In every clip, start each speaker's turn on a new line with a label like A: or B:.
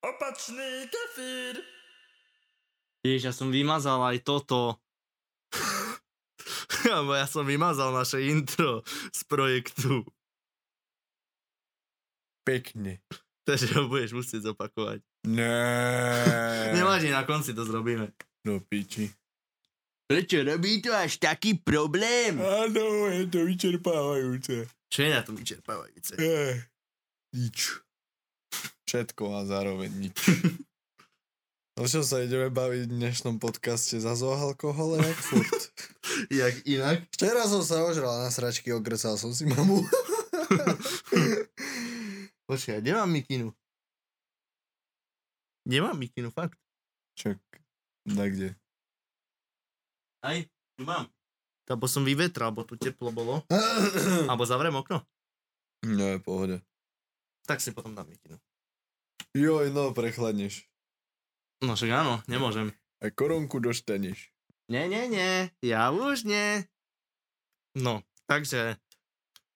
A: Nočný kefír.
B: Ježiš, ja som vymazal aj toto. Lebo ja som vymazal naše intro z projektu.
C: Pekne.
B: Takže ho budeš musieť zopakovať.
C: Ne.
B: Nevadí, na konci to zrobíme.
C: No piči.
B: Prečo robí to až taký problém?
C: Áno, je to vyčerpávajúce.
B: Čo je na tom vyčerpávajúce?
C: Eh, Nič. Všetko a zároveň nič. O čom sa ideme baviť v dnešnom podcaste? Za o alkohole, jak furt.
B: Jak inak?
C: Včera som sa ožral na sračky, okrcal som si mamu.
B: Počkaj, kde mám mikinu? Kde mám mikinu, fakt?
C: Čak, na kde?
B: Aj, tu mám. Lebo som vyvetral, bo tu teplo bolo. Alebo zavriem okno.
C: No je pohode.
B: Tak si potom dám mikinu.
C: Joj, no, prechladneš.
B: No však áno, nemôžem.
C: A korunku došteneš.
B: Nie, nie, nie, ja už nie. No, takže...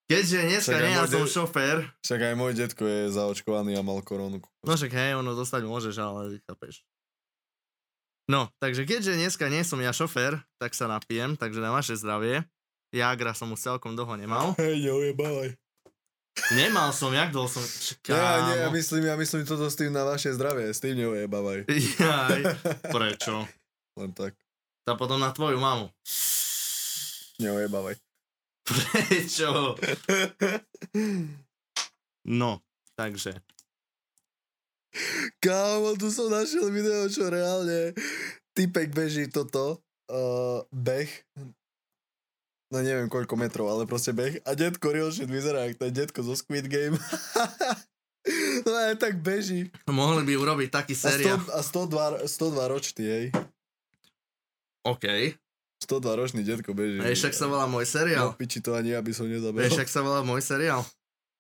B: Keďže dneska
C: Čakaj,
B: nie ja
C: môj
B: som
C: de-
B: šofér,
C: Však aj môj detko je zaočkovaný a mal korunku.
B: No však hej, ono dostať môžeš, ale chápeš. No, takže keďže dneska nie som ja šofér, tak sa napijem, takže na vaše zdravie. Jagra som už celkom dlho nemal.
C: Hej, neujebávaj. No,
B: Nemal som, jak dlho som... Č-
C: Ja, nie, ja
B: Kámo.
C: myslím, ja myslím toto s tým na vaše zdravie, s tým neujebávaj.
B: Jaj, prečo?
C: Len tak,
B: Tá potom na tvoju mamu.
C: neujebávaj.
B: Prečo? No, takže.
C: Kámo, tu som našiel video, čo reálne typek beží toto, uh, beh, no neviem koľko metrov, ale proste beh a detko real shit vyzerá, jak ten detko zo Squid Game. no aj tak beží.
B: Mohli by urobiť taký
C: A, sto,
B: seriál.
C: a 102, 102 ročný, hej.
B: OK.
C: 102 ročný detko beží.
B: Ej, však sa volá môj
C: No
B: seriál.
C: piči to ani ja by som nezabil.
B: Ej, však sa volá môj seriál.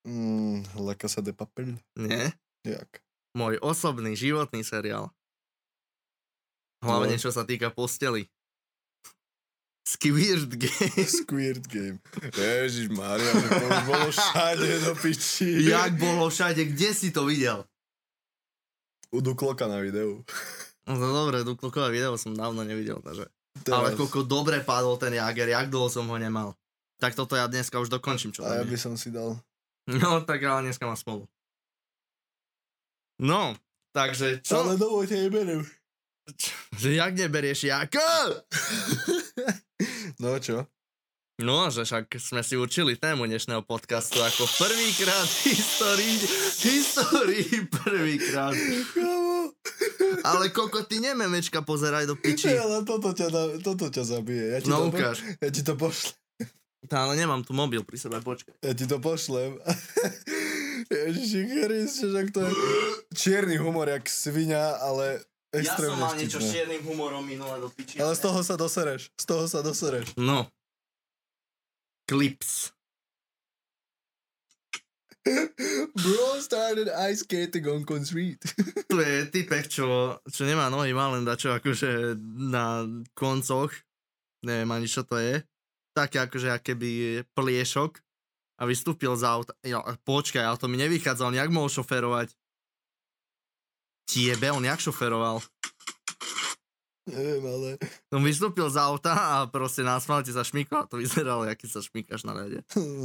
C: Mm, La Casa de Papel.
B: Nie?
C: Jak?
B: môj osobný životný seriál. Hlavne
C: No.
B: čo sa týka posteli. Squirt Games.
C: Squid Game. Ježiš Maria, to už bolo všade do piči.
B: Jak bolo všade, kde si to videl?
C: U Dukloka na videu.
B: No to dobre, Duklokové video som dávno nevidel, takže. Ale
C: Teraz.
B: koľko dobre padol ten Jager, jak dlho som ho nemal. Tak toto ja dneska už dokončím, čo
C: A ja
B: tam
C: by
B: je.
C: som si dal.
B: No tak ale dneska mám spolu. No, takže čo?
C: Ale dovolte, neberiem.
B: Že jak neberieš Jako?
C: No čo?
B: No, že však sme si určili tému dnešného podcastu ako prvýkrát v histórii, v histórii prvýkrát.
C: Kámo.
B: Ale koko, ty nememečka pozeraj
C: Či...
B: do piči.
C: Ale toto ťa, da- toto ťa zabije. Ja ti, to
B: No
C: po,
B: ukáž.
C: ja ti to pošlem.
B: Tá, ale nemám tu mobil pri sebe, počkaj.
C: Ja ti to pošlem. Ježiši Kriste, že to je čierny humor, jak svinia, ale extrémne vtipné.
B: šiernym humorom minule do piči.
C: Ale z toho sa dosereš. Z toho sa dosereš.
B: No. Clips.
C: Bro started ice skating on concrete.
B: Tu je typek, čo, čo nemá nohy, má len dačo akože na koncoch. Neviem ani čo to je. Také akože akéby pliešok. A vystúpil z auta. Jo, a počkaj, ale to mi nevychádza, on jak mohol šoferovať? Tiebe, on jak šoferoval?
C: Neviem, ale...
B: On vystúpil z auta a proste na asfalte sa šmykol a to vyzeralo, aký sa šmykáš na rade.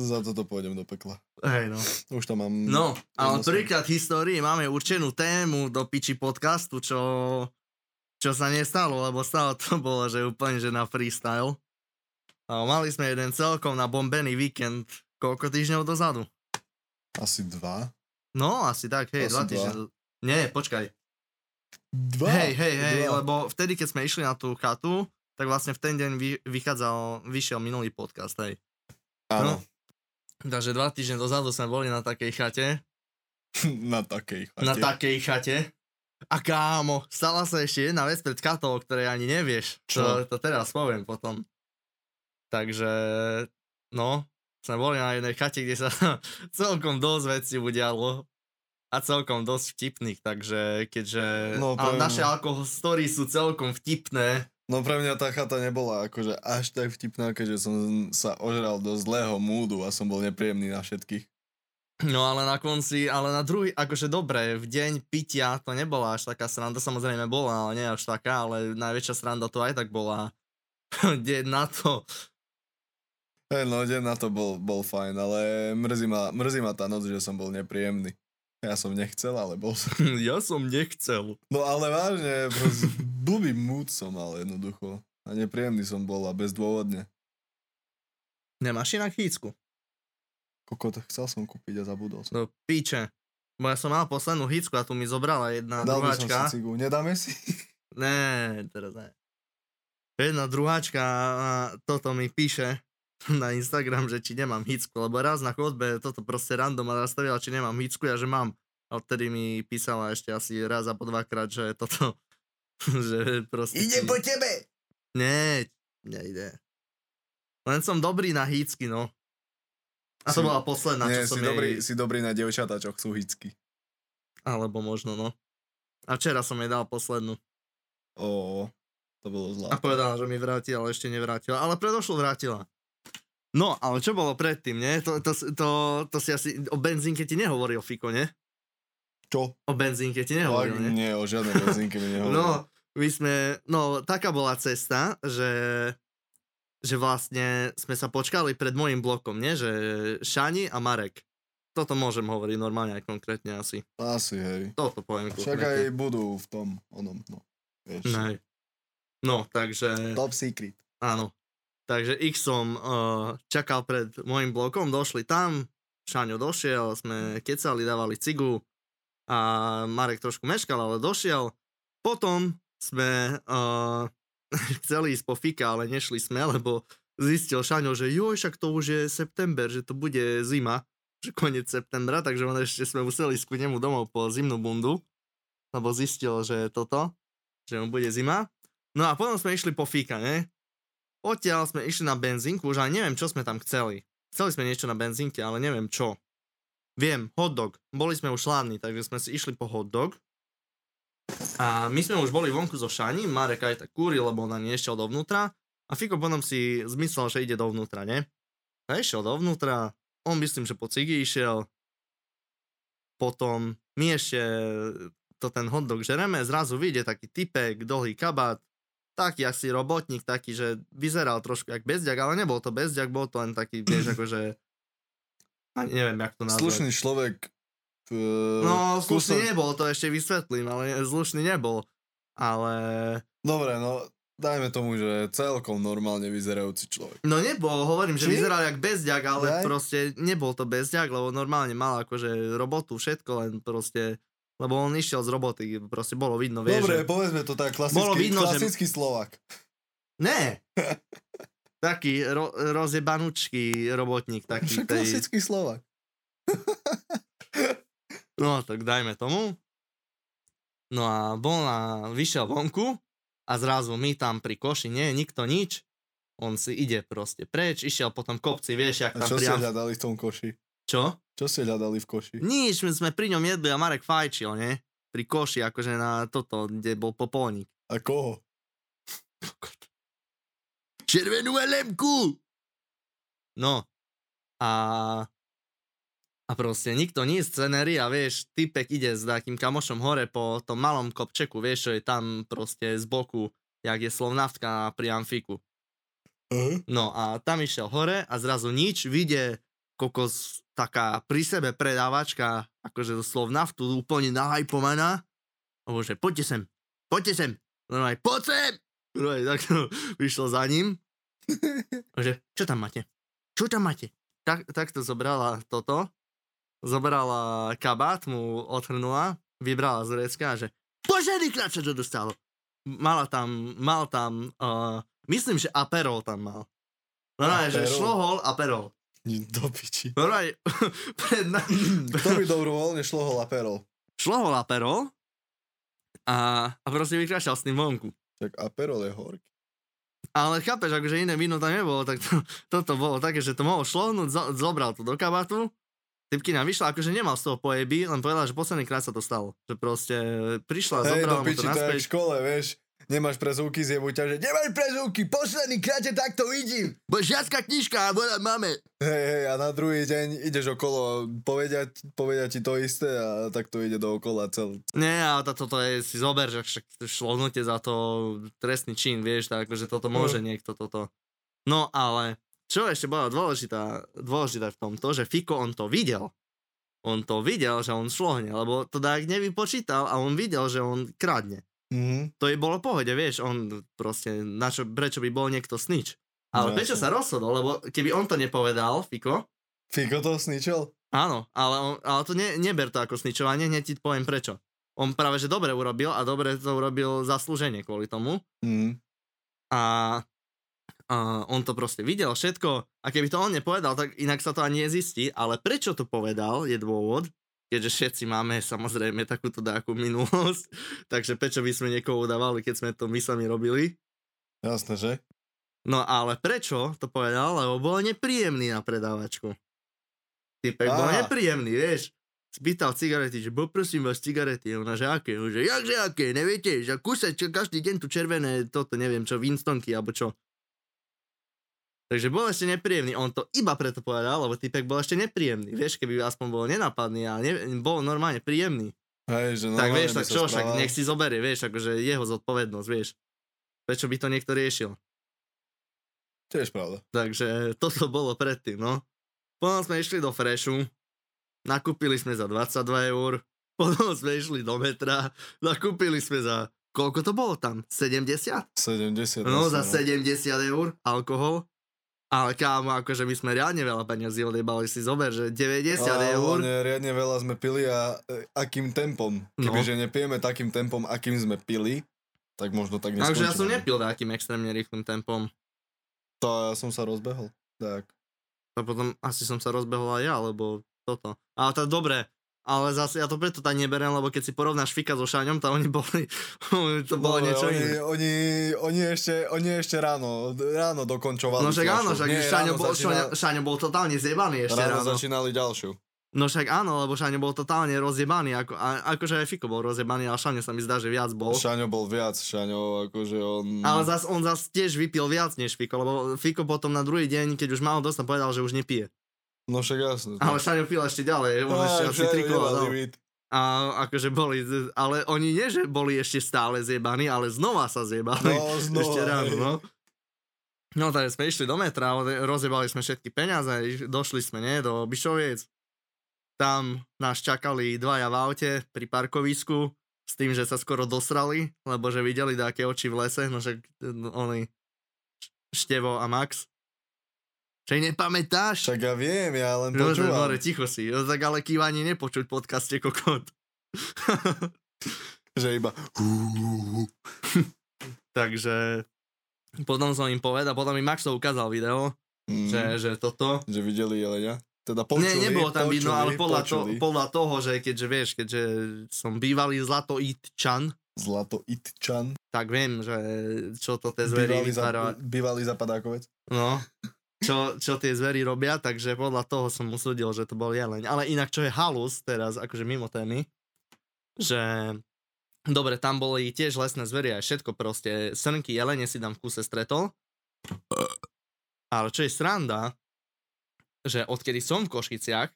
C: Za toto pôjdem do pekla.
B: Hej no.
C: Už tam mám...
B: No, ale
C: Jednoznačne.
B: príklad histórii máme určenú tému do piči podcastu, čo, čo sa nestalo, lebo stále to bolo, že úplne že na freestyle. A mali sme jeden celkom na bombený víkend, koľko týždňov dozadu?
C: Asi dva.
B: No, asi tak, hej,
C: Asi
B: dva
C: dva.
B: týždne. do- Nie, počkaj.
C: Dva?
B: hej, hej, hej,
C: dva.
B: lebo vtedy, keď sme išli na tú chatu, tak vlastne v ten deň vy, vychádzal, vyšiel minulý podcast, hej.
C: Áno.
B: Takže dva týždne dozadu sme boli na takej chate,
C: Na takej chate.
B: no. Na takej chate. A kámo, stala sa ešte jedna vec pred katou, o ktorej ani nevieš.
C: Čo?
B: To, to teraz poviem potom. Takže, no, sme boli na jednej chate, kde sa celkom dosť vecí udialo. A celkom dosť vtipných, takže keďže
C: No,
B: ale
C: poviem-
B: naše alkohol story sú celkom vtipné,
C: No pre mňa tá chata nebola akože až tak vtipná, keďže som sa ožral do zlého múdu a som bol nepríjemný na všetkých.
B: No ale na konci, ale na druhý, akože dobre, v deň pitia to nebola až taká sranda, samozrejme bola, ale nie až taká, ale najväčšia sranda to aj tak bola. deň na to,
C: Hej, no, deň na to bol, bol fajn, ale mrzí ma, mrzí ma tá noc, že som bol nepríjemný. Ja som nechcel, ale bol som.
B: ja som nechcel.
C: No ale vážne, proste, blbý mood som mal jednoducho. A nepríjemný som bol a bezdôvodne.
B: Nemáš inak chýcku?
C: Koko, to chcel som kúpiť a zabudol som.
B: No piče. Bo ja som mal poslednú hýcku a tu mi zobrala jedna
C: Dal by som si
B: druháčka.
C: cigu. Nedáme si?
B: Ne, teraz ne. Jedna druháčka a toto mi píše na Instagram, že či nemám hicku, lebo raz na chodbe toto proste random ma zastavila, či nemám hicku, ja že mám. A vtedy mi písala ešte asi raz a po dvakrát, že toto, že proste... či-
C: tebe!
B: Nie, nejde. Len som dobrý na hícky, no. A to
C: Si-
B: bola posledná,
C: Nie,
B: čo som
C: si,
B: jej...
C: dobrý, si dobrý na dievčatá, čo chcú hicky.
B: Alebo možno, no. A včera som jej dal poslednú.
C: Ó, to bolo
B: A
C: zlá.
B: povedala, že mi vráti, ale ešte nevrátila. Ale predošlo vrátila. No, ale čo bolo predtým, nie? To, to, to, to si asi... O benzínke ti nehovoril, Fiko, nie?
C: Čo?
B: O benzínke ti
C: Fakt,
B: nehovoril, nie?
C: nie, o žiadnej benzinke mi nehovoril.
B: No, my sme, no, taká bola cesta, že, že vlastne sme sa počkali pred môjim blokom, nie? Že Šani a Marek. Toto môžem hovoriť normálne aj konkrétne asi.
C: Asi, hej.
B: Toto poviem
C: Však aj budú v tom, onom, no. Vieš.
B: Nej. No, takže...
C: Top secret.
B: Áno. Takže ich som uh, čakal pred môjim blokom, došli tam, Šaňo došiel, sme kecali, dávali cigu a Marek trošku meškal, ale došiel. Potom sme uh, chceli ísť po fika, ale nešli sme, lebo zistil Šaňo, že joj, však to už je september, že to bude zima, že koniec septembra, takže on ešte sme museli ísť ku nemu domov po zimnú bundu, lebo zistil, že toto, že mu bude zima. No a potom sme išli po fika, ne? Odtiaľ sme išli na benzínku, už aj neviem, čo sme tam chceli. Chceli sme niečo na benzínke, ale neviem čo. Viem, hotdog. Boli sme už hladní, takže sme si išli po hotdog. A my sme už boli vonku zo Šani, Marek aj tak kúril, lebo on ani nešiel dovnútra. A Fiko potom si zmyslel, že ide dovnútra, ne? A išiel dovnútra, on myslím, že po cigy išiel. Potom my ešte to ten hotdog žereme, zrazu vyjde taký typek, dlhý kabát, taký asi robotník, taký, že vyzeral trošku jak bezďak, ale nebol to bezďak, bol to len taký, vieš, akože... Ani neviem, jak to nazvať.
C: Slušný človek. e,
B: No,
C: kusom-
B: slušný nebol, to ešte vysvetlím, ale zlušný nebol. Ale...
C: Dobre, no dajme tomu, že celkom normálne vyzerajúci človek.
B: No nebol, hovorím, že
C: Či?
B: vyzeral jak bezďak, ale
C: Daj.
B: proste nebol to bezďak, lebo normálne mal akože robotu, všetko, len proste... Lebo on išiel z roboty, proste bolo vidno, vieš.
C: Dobre,
B: že...
C: povedzme to tak, klasický,
B: Bolo vidno, že-
C: klasický Slovak.
B: Ne! taký ro- rozjebanučký robotník,
C: Však
B: taký tej...
C: klasický Slovak.
B: No, tak dajme tomu. No a bol na, vyšiel vonku a zrazu my tam pri koši, nie, nikto nič. On si ide proste preč, išiel po tom kopci, vieš, jak
C: A
B: tam
C: čo ste
B: priam... No.
C: hľadali v tom koši?
B: Čo?
C: Čo ste hľadali v koši?
B: Nič, my sme pri ňom jedli a Marek fajčil, nie? Pri koši, akože na toto, kde bol popolník.
C: A koho?
B: Červenú lemku! No. A... A proste nikto nie z scenéry a vieš, typek ide s takým kamošom hore po tom malom kopčeku, vieš, čo je tam proste z boku, jak je slovnavka pri amfiku.
C: Aha.
B: No a tam išiel hore a zrazu nič, vyjde kokos taká pri sebe predávačka, akože zo slovnaftu, úplne nahajpovaná. A bože, poďte sem, poďte sem. Normálne, poď sem! Normálne, tak to vyšlo za ním. A že, čo tam máte? Čo tam máte? Tak, tak to zobrala toto, zobrala kabát, mu otrhnula, vybrala z vrecka a že, požený čo to dostalo. Mala tam, mal tam, uh, myslím, že aperol tam mal. Normálne, že
C: Aperol.
B: šlohol aperol.
C: Ni- Hm? Do piči.
B: Normálne, pred na-
C: Kto by dobrovoľne šlo ho laperol?
B: šlohol aperol a, a proste vykrašal s tým vonku.
C: Tak aperol je horký.
B: Ale chápeš, akože iné víno tam nebolo, tak to, toto bolo také, že to mohol šlohnúť, zo, zobral to do kabatu, typkina vyšla, akože nemal z toho pojeby, len povedala, že posledný krát sa to stalo. Že proste prišla,
C: Hej, do
B: zobrala mu to
C: piči, to je v
B: naspäť.
C: škole, vieš. nemáš prezúky, zjebu ťa, že nemáš prezúky, posledný kráte takto idím.
B: Bo žiacka knižka, volať máme.
C: Hej, hej, a na druhý deň ideš okolo a povedia, povedia ti to isté a tak to ide dookola celé.
B: Nie, ale tá- toto je, si zober, že však šlohnute za to trestný čin, vieš, tak akože
C: Mm.
B: toto môže niekto toto. No ale, čo ešte bola dôležitá, dôležitá v tom, to, že Fiko on to videl. On to videl, že on šlohne, lebo to Dák nevypočítal a on videl, že on kradne.
C: Mm-hmm.
B: To je bolo v pohode, vieš, on proste, na čo, prečo by bol niekto snič. Ale
C: No,
B: prečo
C: jasne.
B: sa rozhodol, lebo keby on to nepovedal, Fiko,
C: Fiko to sničil?
B: Áno, ale, on, ale to ne, neber to ako sničovanie, hneď ti poviem prečo. On práve, že dobre urobil a dobre to urobil zaslúženie kvôli tomu.
C: Mm.
B: A, a on to proste videl všetko. A keby to on nepovedal, tak inak sa to ani nezistí. Ale prečo to povedal je dôvod, keďže všetci máme samozrejme takúto dáku minulosť. Takže prečo by sme niekoho udávali, keď sme to my sami robili.
C: Jasné, že?
B: No ale prečo to povedal? Lebo bol nepríjemný na predávačku. Typek bol
C: Á.
B: nepríjemný, vieš. Spýtal cigarety, že poprosím vás cigarety. Ona, že aké? On, že jakže aké, neviete, že kúsať čo, každý deň tu červené, toto neviem čo, Winstonky alebo čo. Takže bol ešte nepríjemný. On to iba preto povedal, lebo typek bol ešte nepríjemný. Vieš, keby aspoň bol nenapadný a ne, bol normálne príjemný.
C: Hej, že
B: No, tak
C: normálne
B: vieš,
C: by
B: tak
C: sa
B: čo, však
C: správal.
B: nech si zoberie, vieš, akože jeho zodpovednosť, vieš. Prečo by to niekto riešil?
C: Tiež pravda.
B: Takže toto bolo predtým, no. Potom sme išli do Freshu, nakúpili sme za 22 eur, potom sme išli do metra, nakúpili sme za, koľko to bolo tam? 70?
C: 70.
B: No, za
C: jasné,
B: 70 eur alkohol. Ale kámo, akože my sme reálne veľa peniazy odebali si zober, že 90
C: Ale
B: eur. No.
C: hlavne riadne veľa sme pili a e, akým tempom. Kebyže nepijeme takým tempom, akým sme pili, tak možno tak neskončíme.
B: Takže ja som nepil takým extrémne rýchlym tempom.
C: To ja som sa rozbehol. Tak.
B: A potom asi som sa rozbehol aj ja, lebo toto. Ale to dobre, ale zase ja to preto tak neberiem, lebo keď si porovnáš Fika so Šaňom, tam oni boli, to bolo
C: Dobre, No,
B: niečo
C: oni,
B: iné.
C: Oni, oni, ešte, oni ešte ráno, ráno dokončovali.
B: No však
C: ďalšiu.
B: áno, však
C: Nie,
B: Šaňo
C: ráno
B: bol,
C: začína-
B: Šaňo- Šaňo bol totálne zjebaný ešte
C: ráno,
B: ráno.
C: začínali ďalšiu.
B: No však áno, lebo Šaňo bol totálne rozjebaný, ako, a, akože aj Fiko bol rozjebaný, ale Šaňo sa mi zdá, že viac bol.
C: Šaňo bol viac, Šaňo, akože on...
B: Ale zas, on zas tiež vypil viac než Fiko, lebo Fiko potom na druhý deň, keď už mal dosť, tam povedal, že už nepije.
C: No však jasne.
B: Ale Šaňo pil ešte ďalej, on ešte asi no. tri kola dal. A akože boli, z- ale oni nie, že boli ešte stále zjebaní, ale znova sa zjebali.
C: No, znova,
B: ešte ráno,
C: hej.
B: no. No tak sme išli do metra, ode- rozjebali sme všetky peniaze, iš- došli sme, nie, do Byšoviec. Tam nás čakali dvaja v aute pri parkovisku s tým, že sa skoro dosrali, lebo že videli také oči v lese, no že no, oni Števo a Max. Že nepamätáš?
C: Však ja viem, ja len
B: No, že,
C: počúvam.
B: more, ticho si, no, tak ale kývanie nepočuť v podcaste kokot.
C: Že iba...
B: Takže potom som im povedal, potom mi Max to ukázal video,
C: Mm,
B: že, že toto.
C: že videli jelenia. Teda
B: Počuli,
C: počuli,
B: ne, nebolo tam
C: počuli,
B: vidno, ale podľa, to,
C: počuli.
B: podľa toho, že keďže vieš, keďže som bývalý zlato Itčan,
C: Zlato Itčan.
B: tak viem, že čo to tie zvery
C: Bývalý, za,
B: vytvára.
C: bývalý zapadákovec.
B: No, čo, čo tie zvery robia, takže podľa toho som usúdil, že to bol jeleň. Ale inak, čo je halus teraz, akože mimo témy, že dobre, tam boli tiež lesné zvery aj všetko proste. Srnky, jelene si tam v kuse stretol. Ale čo je sranda, že odkedy som v Košiciach,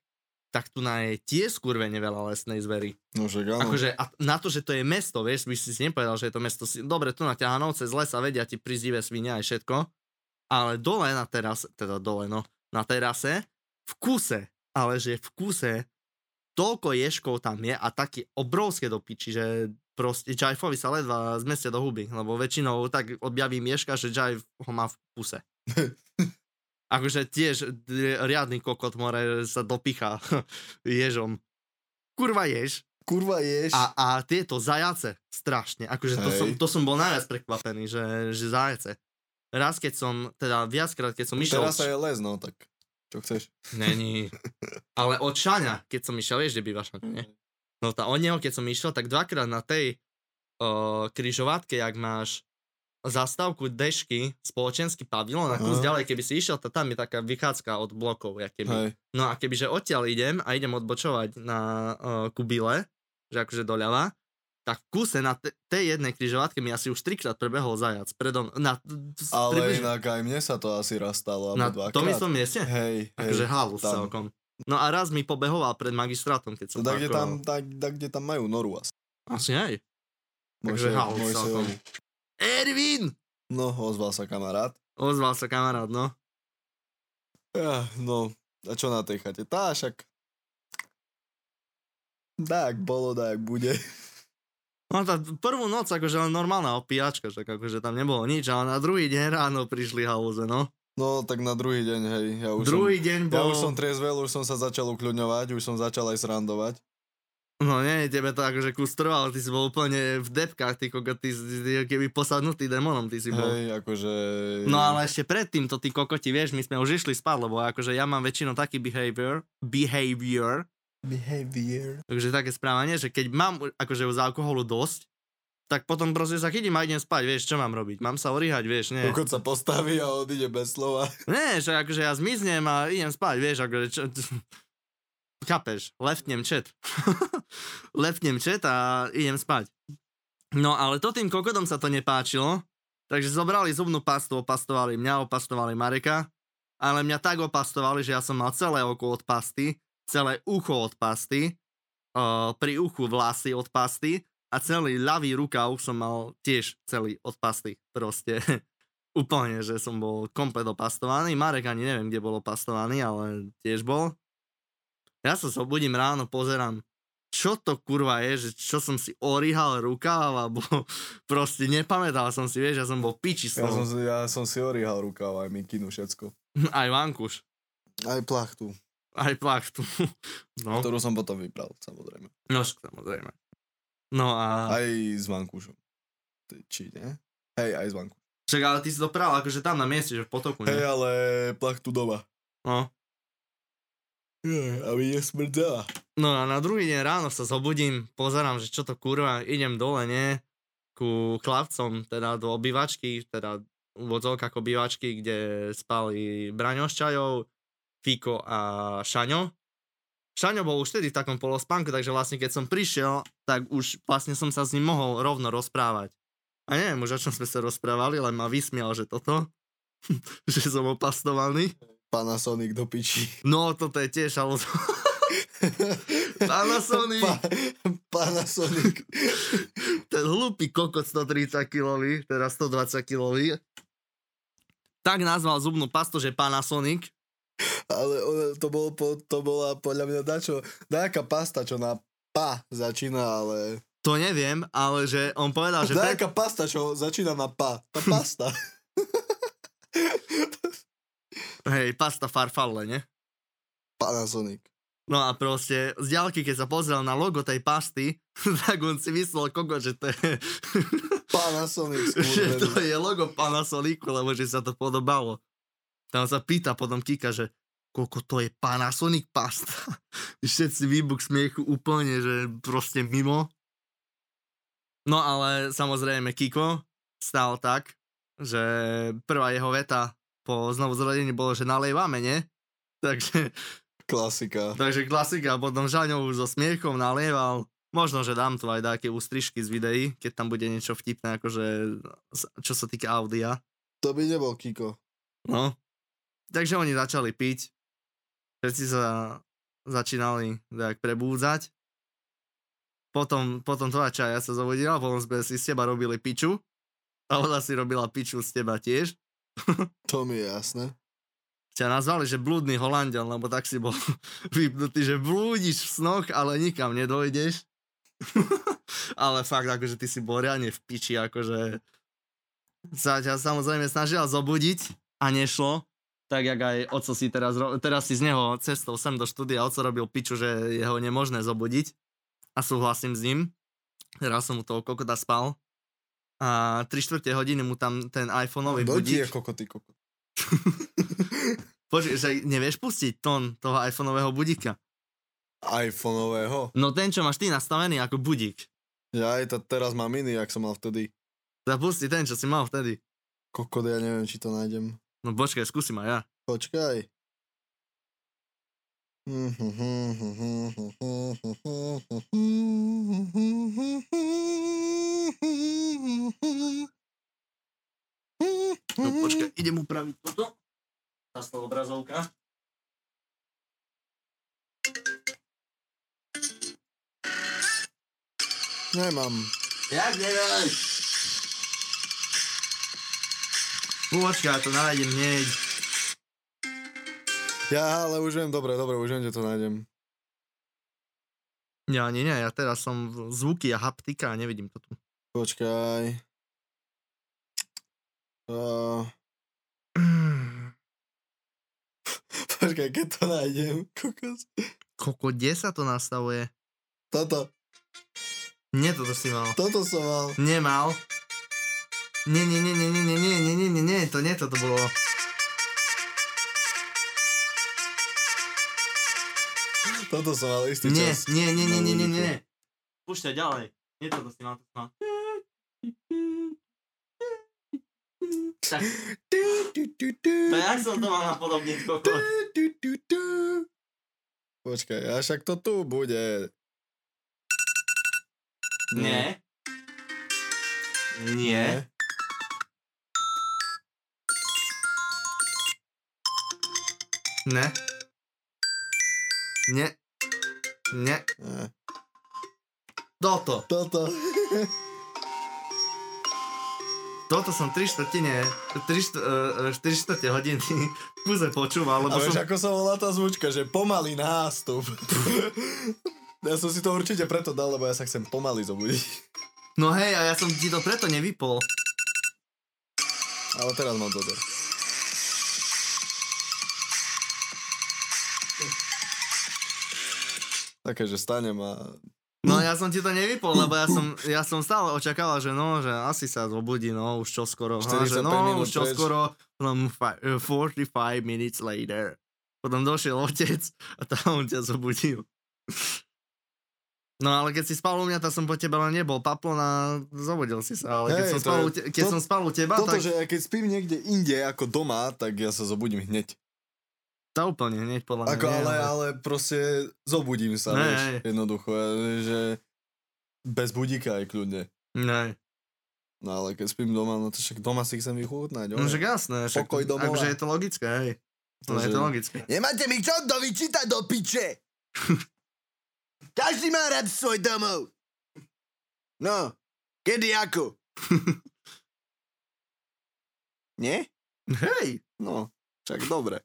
B: tak tu na je tiež skurvene veľa lesnej zvery.
C: No však áno.
B: Akože a na to, že to je mesto, vieš, by si si nepovedal, že je to mesto. si- Dobre, tu na ťahanov cez lesa vedia ti prízdivé svine aj všetko, ale dole na terase, teda dole no, na terase, v kuse, ale že v kuse toľko ješkov tam je a také obrovské do piči, že proste Jiveovi sa ledva zmestia do huby, lebo väčšinou tak objavím ješka, že Jive ho má v puse. Akože tiež d- riadny kokot more sa dopichá ježom. Kurva jež,
C: Kurva ješ.
B: a, a tieto zajace, strašne. Akože to
C: Hej.
B: som, to som bol najviac prekvapený, že, že zajace. Raz keď som, teda viackrát keď som išiel...
C: Teraz sa je les, no tak. Čo chceš?
B: Není. Ale od Šaňa, keď som išiel, vieš, kde býva Šaňa, nie? No tá od neho, keď som išiel, tak dvakrát na tej o, križovatke, jak máš zastávku dešky, spoločenský pavilón a kus
C: Aha.
B: ďalej, keby si išiel, tak tam je taká vychádzka od blokov, jak keby.
C: Hej.
B: No a kebyže odtiaľ idem a idem odbočovať na uh, Kubile, že akože doľava, tak v kuse na te, tej jednej križovatke mi asi už trikrát prebehol zajac. Predo, m- na,
C: Ale
B: približne-
C: inak aj mne sa to asi raz stalo,
B: na
C: alebo dvakrát.
B: tom istom mieste?
C: Hej, hej.
B: Akože halus
C: tam. No
B: celkom. No a raz mi pobehoval pred magistrátom, keď som
C: Tak, kde tam,
B: parkoval.
C: tak, tak, kde tam majú noru asi.
B: Asi hej.
C: Môj
B: Takže
C: šéf-
B: halus
C: môj šéf-
B: Akože celkom. Ervin!
C: No, ozval sa kamarát.
B: Ozval sa kamarát, no.
C: Ja, no, a čo na tej chate? Tá však... Tak bolo, tak bude.
B: No tá prvú noc akože len normálna opíjačka, tak akože tam nebolo nič, ale na druhý deň ráno prišli halúze, no.
C: No, tak na druhý deň, hej, ja už
B: druhý
C: som...
B: deň bol...
C: Ja už som trezvel, už som sa začal ukľudňovať, už som začal aj srandovať.
B: No nie, tebe to akože kus trvalo, ty si bol úplne v depkách, ty kokot, ty, ty, ty keby posadnutý démonom, ty si bol.
C: Hej, akože...
B: No ale ešte predtým to ty kokoti, vieš, my sme už išli spať, lebo akože ja mám väčšinou taký behavior, behavior,
C: Behavior.
B: takže také správanie, že keď mám u- akože z alkoholu dosť, tak potom proste sa chytím a idem spať, vieš, čo mám robiť? Mám sa orihať, vieš, nie.
C: Dokon sa postaví a odíde bez slova.
B: Nie, že akože ja zmiznem a idem spať, vieš, akože čo, Chápeš, leftnem čet. leftnem čet a idem spať. No ale to tým kokodom sa to nepáčilo, takže zobrali zubnú pastu, opastovali mňa, opastovali Mareka, ale mňa tak opastovali, že ja som mal celé oko od pasty, celé ucho od pasty, o, pri uchu vlasy od pasty a celý ľavý rukav som mal tiež celý od pasty. Proste úplne, že som bol komplet opastovaný. Marek ani neviem, kde bol opastovaný, ale tiež bol. Ja sa zobudím ráno, pozerám, čo to kurva je, že čo som si orihal rukáv, alebo proste nepamätal som si, vieš, ja som bol piči z
C: Ja som,
B: toho.
C: si- ja som si orihal rukáv, aj mikinu, všetko.
B: Aj vankuš.
C: Aj plachtu,
B: Aj plachtu. No,
C: ktorú som potom vybral, samozrejme.
B: no však samozrejme. No a...
C: Aj s vankušom. Ty- Či ne? Hej, aj s vankušom.
B: Však ale ty si to pral, akože tam na mieste, že v potoku,
C: Hej,
B: nie?
C: ale plachtu doba.
B: No. Hm,
C: Jej, Aby nesmrdzela.
B: no a na druhý deň ráno sa zobudím, pozerám, že čo to kurva, idem dole, nie? Ku chlapcom, teda do obývačky, teda úvodzovka k obývačky, kde spali Braňo s Čajou, Fiko a Šaňo. Šaňo bol už vtedy v takom polospánku, takže vlastne keď som prišiel, tak už vlastne som sa s ním mohol rovno rozprávať. A neviem už o čom sme sa rozprávali, len ma vysmial, že toto, že som opastovaný.
C: Panasonic do piči.
B: No, toto je tiež, ale... Panasonic.
C: Pa, Panasonic.
B: ten hlupý kokot 130 kilový, teraz 120 kilový, tak nazval zubnú pastu, že Panasonic.
C: Ale ona, to, bol, po- to bola podľa mňa dačo, nejaká pasta, čo na pa začína, ale...
B: To neviem, ale že on povedal, že...
C: Nejaká pasta, čo začína na pa. Tá pasta.
B: Hej, pasta farfalle, ne?
C: Panasonic.
B: No a proste z ďalky, keď sa pozrel na logo tej pasty, tak on si myslel koko, že to je,
C: Panasonic,
B: že to
C: skurvený.
B: je logo Panasonicu, lebo že sa to podobalo. Tam sa pýta potom Kika, že koľko to je Panasonic pasta. Všetci výbuch smiechu úplne, že proste mimo. No ale samozrejme Kiko stál tak, že prvá jeho veta po znovu zrodení bolo, že nalejváme, nie? Takže
C: Klasika.
B: Takže klasika, potom Žaňov už so smiechom nalieval. Možno, že dám tu aj nejaké ústrižky z videí, keď tam bude niečo vtipné, akože s- čo sa týka audia.
C: To by nebol Kiko.
B: No. Takže oni začali piť. Všetci sa začínali tak prebúdzať. Potom, potom tvoja čaja sa zobudila, potom sme si z teba robili piču. A ona si robila piču z teba tiež.
C: To mi je jasné.
B: Ťa nazvali, že blúdny Holandian, lebo tak si bol vypnutý, že blúdiš v snoch, ale nikam nedojdeš. ale fakt, akože ty si bol reálne v piči, akože sa ťa samozrejme snažila zobudiť a nešlo. Tak jak aj oco si teraz, ro- teraz si z neho cestou sem do štúdia, oco robil piču, že je ho nemožné zobudiť a súhlasím s ním. Teraz som mu toho kokota spal a 3 čtvrte hodiny mu tam ten iPhoneový
C: Dojdi
B: budík...
C: je koko, ty koko.
B: Počkaj, že nevieš pustiť tón toho iPhoneového budíka.
C: iPhoneového.
B: No ten, čo máš ty nastavený ako budík.
C: Ja aj to teraz mám iný, jak som mal vtedy.
B: Zapusti ten, čo si mal vtedy.
C: Kokot, ja neviem, či to nájdem.
B: No počkaj, skúsim aj ja.
C: Počkaj.
B: No počkaj, idem upraviť toto. Zastala obrazovka.
C: Nemám.
B: Jak nevieš? Počkaj, ja to nájdem hneď.
C: Ja, ale už viem, dobre, dobre, už viem, kde to nájdem.
B: Ja, nie, nie, ja teraz som v zvuky a haptika a nevidím to tu.
C: Počkaj. Uh, počkaj, keď to nájdem, kokos.
B: Koko, kde sa to nastavuje?
C: Toto,
B: Nie, toto si mal.
C: toto som mal.
B: Nemal. Nie, nie, nie, nie, nie, nie, nie, nie, nie, nie, nie, to nie, toto bolo.
C: Toto som mal istý
B: Nie,
C: čas.
B: nie, nie, nie, nie, nie, nie,
C: Maličko.
B: nie. Púšťaj ďalej. Nie, toto si mal, to si mal. Tak,
C: Tu, tu, tu, tu,
B: to jak som to mal
C: tu,
B: napodobniť, koko?
C: tu, tu, tu. Počkaj, a však to tu bude.
B: Nie. Nie. Ne. Ne.
C: Nie.
B: Ne. Toto.
C: Hm, Toto.
B: Toto som 3 štvrtine, 3 e, štvrte hodiny v kuze
C: A
B: počúval, lebo
C: vieš,
B: som...
C: ako sa volá tá zvučka, že pomalý nástup. ja som si to určite preto dal, lebo ja sa chcem pomaly zobudiť.
B: No hej, a ja som ti to preto nevypol.
C: Ale teraz mám toto. Také, že stanem a...
B: No ja som ti to nevypol, lebo ja som, ja som stále očakával, že no, že asi sa zobudí, no už čo skoro. A
C: 45
B: že no,
C: minút
B: už čo
C: preč.
B: skoro, potom fi- eh, 45 minutes later. Potom došiel otec a tam ťa zobudil. No ale keď si spal u mňa, tak som po tebe len nebol. Paplon a zobudil si sa, ale keď,
C: Hej,
B: som
C: to
B: spal,
C: je-
B: u te- keď
C: to-
B: som spal u teba,
C: Toto,
B: No tak
C: že ja keď spím niekde inde ako doma, tak ja sa zobudím hneď.
B: to úplne hneď podľa mňa.
C: Ako,
B: nie,
C: ale, ale proste zobudím sa,
B: Ne,
C: vieš,
B: hej.
C: jednoducho, že bez budíka aj kľudne.
B: Ne.
C: No ale keď spím doma, no to však doma si chcem vychutnať. ole.
B: No že jasné, však,
C: Pokoj domova.
B: akože je to logické, hej. No,
C: Takže-
B: je to logické.
C: Nemáte mi čo to vyčítať do piče! Každý má rád svoj domov. No, kedy ako? Nie?
B: Hej!
C: No, však dobre.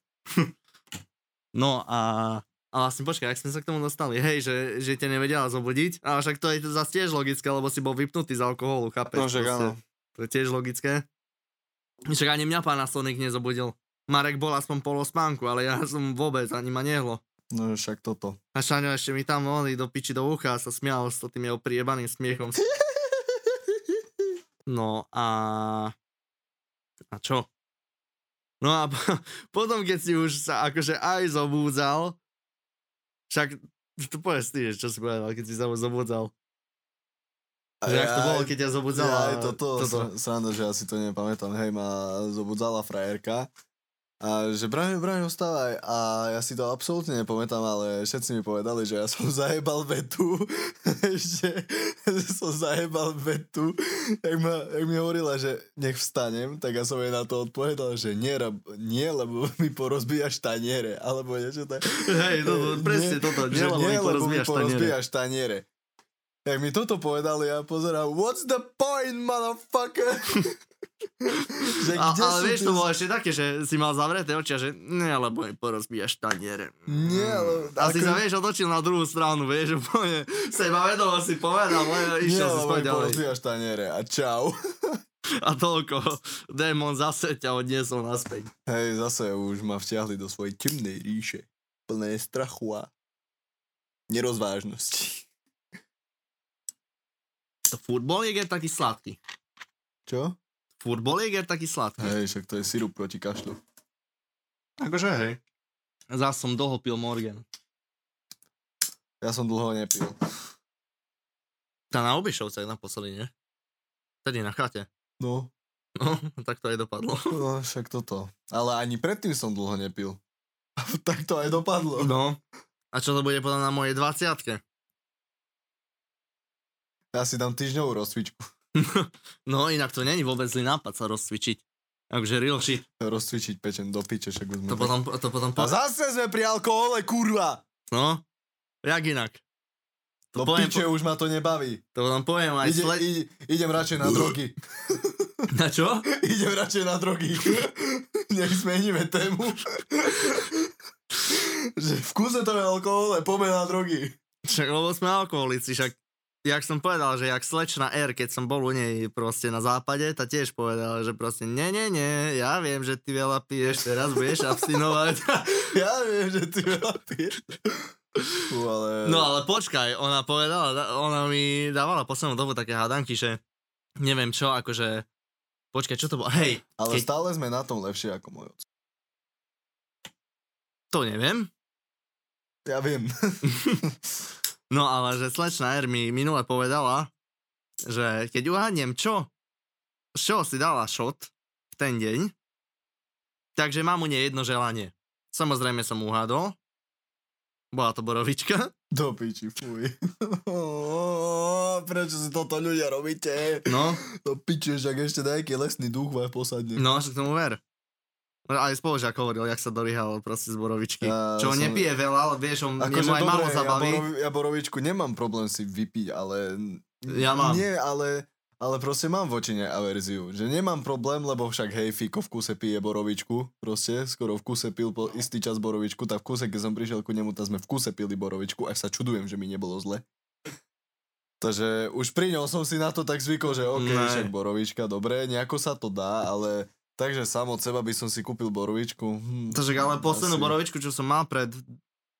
B: No a, a vlastne počkaj, ak sme sa k tomu dostali, hej, že, že ťa nevedela zobudiť, a však to je zase tiež logické, lebo si bol vypnutý z alkoholu, chápeš?
C: No, však
B: proste.
C: áno.
B: To je tiež logické. Však ani mňa pán Sonik nezobudil. Marek bol aspoň polo spánku, ale ja som vôbec, ani ma nehlo.
C: No, však toto.
B: A Šaňo ešte mi tam oni do piči do ucha a sa smial s tým jeho priebaným smiechom. No a... A čo? No a po- potom, keď si už sa akože aj zobúdzal, však to povedz ty, že čo si povedal, keď si sa zobudzal. Že ak to bolo, keď ťa zobudzala.
C: Ja aj toto, toto. sranda, že ja si to nepamätám. Hej, ma zobudzala frajerka. A že Braňo, Braňo, vstávaj. A ja si to absolútne nepamätám, ale všetci mi povedali, že ja som zajebal vetu. Ešte že som zajebal vetu. Jak, ma, jak mi hovorila, že nech vstanem, tak ja som jej na to odpovedal, že nie, rab, nie lebo mi porozbíjaš taniere. Alebo niečo tak.
B: Hej, toto,
C: Nie,
B: presne toto.
C: že
B: Že nie, lebo mi porozbíjaš
C: porozbíjaš taniere. Jak mi toto povedali, ja pozerám, what's the point, motherfucker? že
B: a,
C: kde
B: ale
C: sú
B: vieš,
C: tie
B: to
C: z-
B: bolo ešte také, že si mal zavreté oči a že nie, lebo mi porozbíjaš taniere.
C: Nie, lebo-
B: Mm. A
C: ako-
B: si sa, Hmm. vieš, otočil na druhú stranu, vieš, úplne seba vedomo si povedal, ale
C: Nie,
B: išiel si
C: lebo
B: spať
C: mi
B: ďalej.
C: porozbíjaš taniere a čau.
B: A toľko. Démon zase ťa odniesol naspäť.
C: Hej, zase už ma vťahli do svojej temnej ríše. Plné strachu a nerozvážnosti.
B: To futbol je taký sladký.
C: Čo?
B: Futbol je taký sladký.
C: Hej, však to je sirup proti kašlu.
B: Akože hej. Zas som dohopil Morgan.
C: Ja som dlho nepil.
B: Tá na Obišovcach naposledy, nie? Tedy na chate.
C: No,
B: No, tak to aj dopadlo.
C: no však toto. Ale ani predtým som dlho nepil. tak to aj dopadlo.
B: No, A čo to bude potom na mojej 20
C: Ja si dám týždňovú rozcvičku.
B: No inak to není vôbec zlý nápad sa rozcvičiť. Takže real shit.
C: Rozcvičiť pečen do piče, však už sme...
B: To potom, to potom
C: A
B: po...
C: zase sme pri alkohole, kurva!
B: No, jak inak.
C: Do
B: poviem
C: piče, už ma to nebaví.
B: To potom poviem aj
C: Ide,
B: sled...
C: ide, idem radšej na drogy.
B: Na čo?
C: idem radšej na drogy. Nech zmeníme tému. že v kuse to je alkohole, poďme na drogy.
B: Však, lebo sme alkoholici, však jak som povedal, že jak slečna R, keď som bol u nej proste na západe, tá tiež povedala, že proste ne, ne, ne, ja viem, že ty veľa piješ, teraz budeš abstinovať.
C: Ja viem, že ty veľa piješ. Fú, ale...
B: No ale počkaj, ona povedala, da- ona mi dávala poslednú dobu také hádanky, že neviem čo, akože, počkaj, čo to bolo, hej,
C: ale
B: keď-
C: stále sme na tom lepšie ako môj otec.
B: to neviem,
C: Ja viem.
B: No ale že slečna R mi minule povedala, že keď uhádnem čo, z čoho si dala šot v ten deň, takže mám u nej jedno želanie. Samozrejme som uhádol, bola to borovička,
C: Do piči, fuj. Prečo si toto ľudia robíte?
B: no,
C: Do piči, však ešte nejaký lesný duch vás posadne.
B: no, však tomu ver. Aj spolužiak hovoril, jak sa dorihal proste z borovičky.
C: Ja
B: čo on
C: som-
B: nepije veľa, ale vieš, on
C: Akože
B: mu aj
C: dobre,
B: málo
C: Ja,
B: zabaví.
C: borovi, ja borovičku nemám problém si vypiť, ale...
B: Ja mám.
C: Nie, ale, ale proste mám voči nej averziu. Že nemám problém, lebo však hej, Fiko v kuse pije borovičku. Proste skoro v kuse pil po istý čas borovičku, tak v kuse, keď som prišiel ku nemu, tak sme v kuse pili borovičku, až sa čudujem, že mi nebolo zle. Takže už pri ňom som si na to tak zvykol, že OK,
B: Ne.
C: však borovička, dobre, nejako sa to dá, ale takže sám od seba by som si kúpil borovičku. Hm,
B: Takže ale poslednú
C: asi.
B: borovičku, čo som mal pred,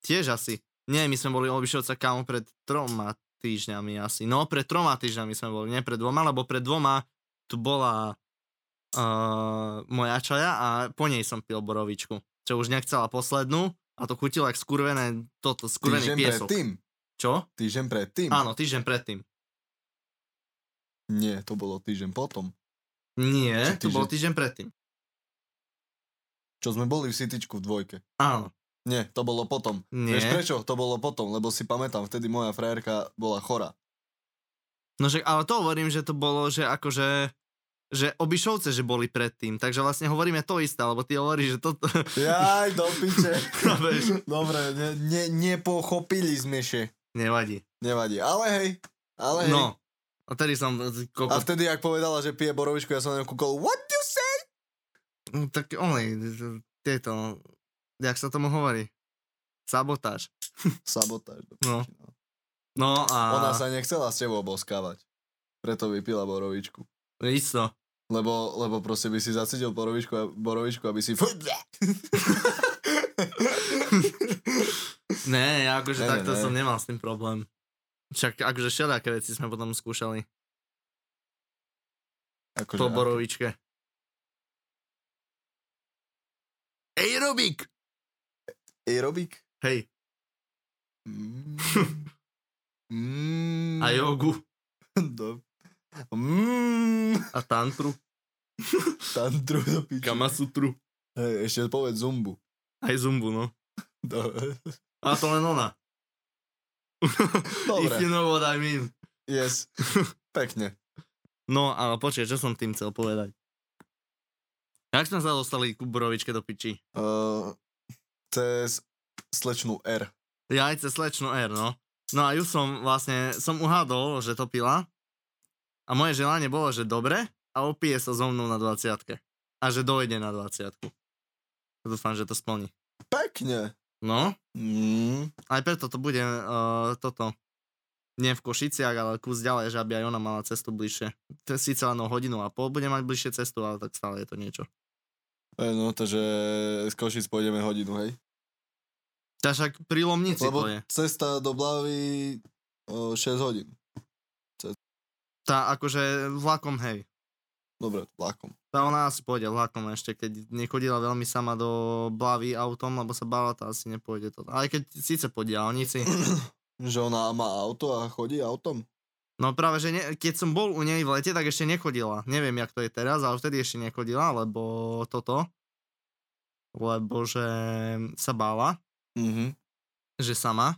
B: tiež asi, nie, my sme boli obyšovca kámo pred troma týždňami asi, no pred troma týždňami sme boli, nie pred dvoma, lebo pred dvoma tu bola uh, moja čaja a po nej som pil borovičku, čo už nechcela poslednú a to chutilo jak skurvené, toto skurvený
C: Týždeň
B: piesok.
C: predtým.
B: Čo?
C: Týždeň predtým.
B: Áno, týždeň predtým.
C: Nie, to bolo týždeň potom.
B: Nie,
C: Čo
B: to bol
C: týždeň?
B: týždeň predtým.
C: Čo sme boli v Cityčku v dvojke.
B: Áno,
C: Nie, to bolo potom.
B: nie.
C: Vieš prečo? To bolo potom, lebo si pamätám, vtedy moja frajerka bola chora.
B: No že, ale to hovorím, že to bolo, že akože že obyšovce, že boli predtým. Takže vlastne hovoríme to isté, lebo ty hovoríš, že no, to...
C: Jaj, do piče.
B: Chápeš?
C: Dobre, ne, ne, nepochopili sme še.
B: Nevadí.
C: Nevadí, ale hej. Ale hej.
B: No. A tedy som...
C: A
B: Koko,
C: vtedy, ak povedala, že pije borovičku, ja som na ňu kúkol, what you say?
B: no, tak oni, tieto... Jak sa tomu hovorí? Sabotáž.
C: Sabotáž. do
B: No.
C: piči, no.
B: No a...
C: Ona sa nechcela s tebou boskávať. Preto vypila borovičku.
B: Isto.
C: Lebo, lebo proste by si zacítil borovičku, a- borovičku aby si...
B: Ne, ja akože
C: Ne, ne,
B: takto
C: ne.
B: som nemal s tým problém. Však akože všelijaké veci sme potom skúšali.
C: Akože,
B: Po borovičke. Ej, Robík!
C: Aerobik?
B: Hej.
C: Mm. Mm.
B: A jogu.
C: Do... Mm.
B: A tantru.
C: Tantru do piči.
B: Kamasutru.
C: Hej, ešte povedz zumbu.
B: Aj zumbu, no.
C: Dobre.
B: A to len ona. If
C: Dobre.
B: you know what I mean.
C: Yes. Pekne.
B: No, ale počkaj, čo som tým chcel povedať? Jak sme sa dostali ku Borovičke do piči?
C: Uh, cez slečnú R.
B: Ja aj cez slečno R, no. No a ju som vlastne, som uhádol, že to pila. A moje želanie bolo, že dobre, a opije sa so mnou na 20 A že dojde na 20 Dúfam, že to splní.
C: Pekne.
B: No,
C: Mm.
B: Aj preto to bude uh, toto. Nie v Košiciach, ale kus ďalej, že aby aj ona mala cestu bližšie. To je síce len o hodinu a pol bude mať bližšie cestu, ale tak stále je to niečo.
C: E, No, takže z Košic pôjdeme hodinu, hej?
B: Tá však pri Lomnici
C: Lebo
B: to je.
C: cesta do Blavy o, 6 hodín.
B: Tá akože vlakom, hej.
C: Dobre, vlakom.
B: Tá ona asi pôjde vlakom ešte, keď nechodila veľmi sama do Blavy autom, lebo sa bála, tá asi nepôjde to. Aj keď síce po diálnici.
C: Že ona má auto a chodí autom?
B: No práve, že ne, keď som bol u nej v lete, tak ešte nechodila. Neviem, jak to je teraz, ale vtedy ešte nechodila, lebo toto. Lebo že sa bála.
C: Mhm.
B: že sama.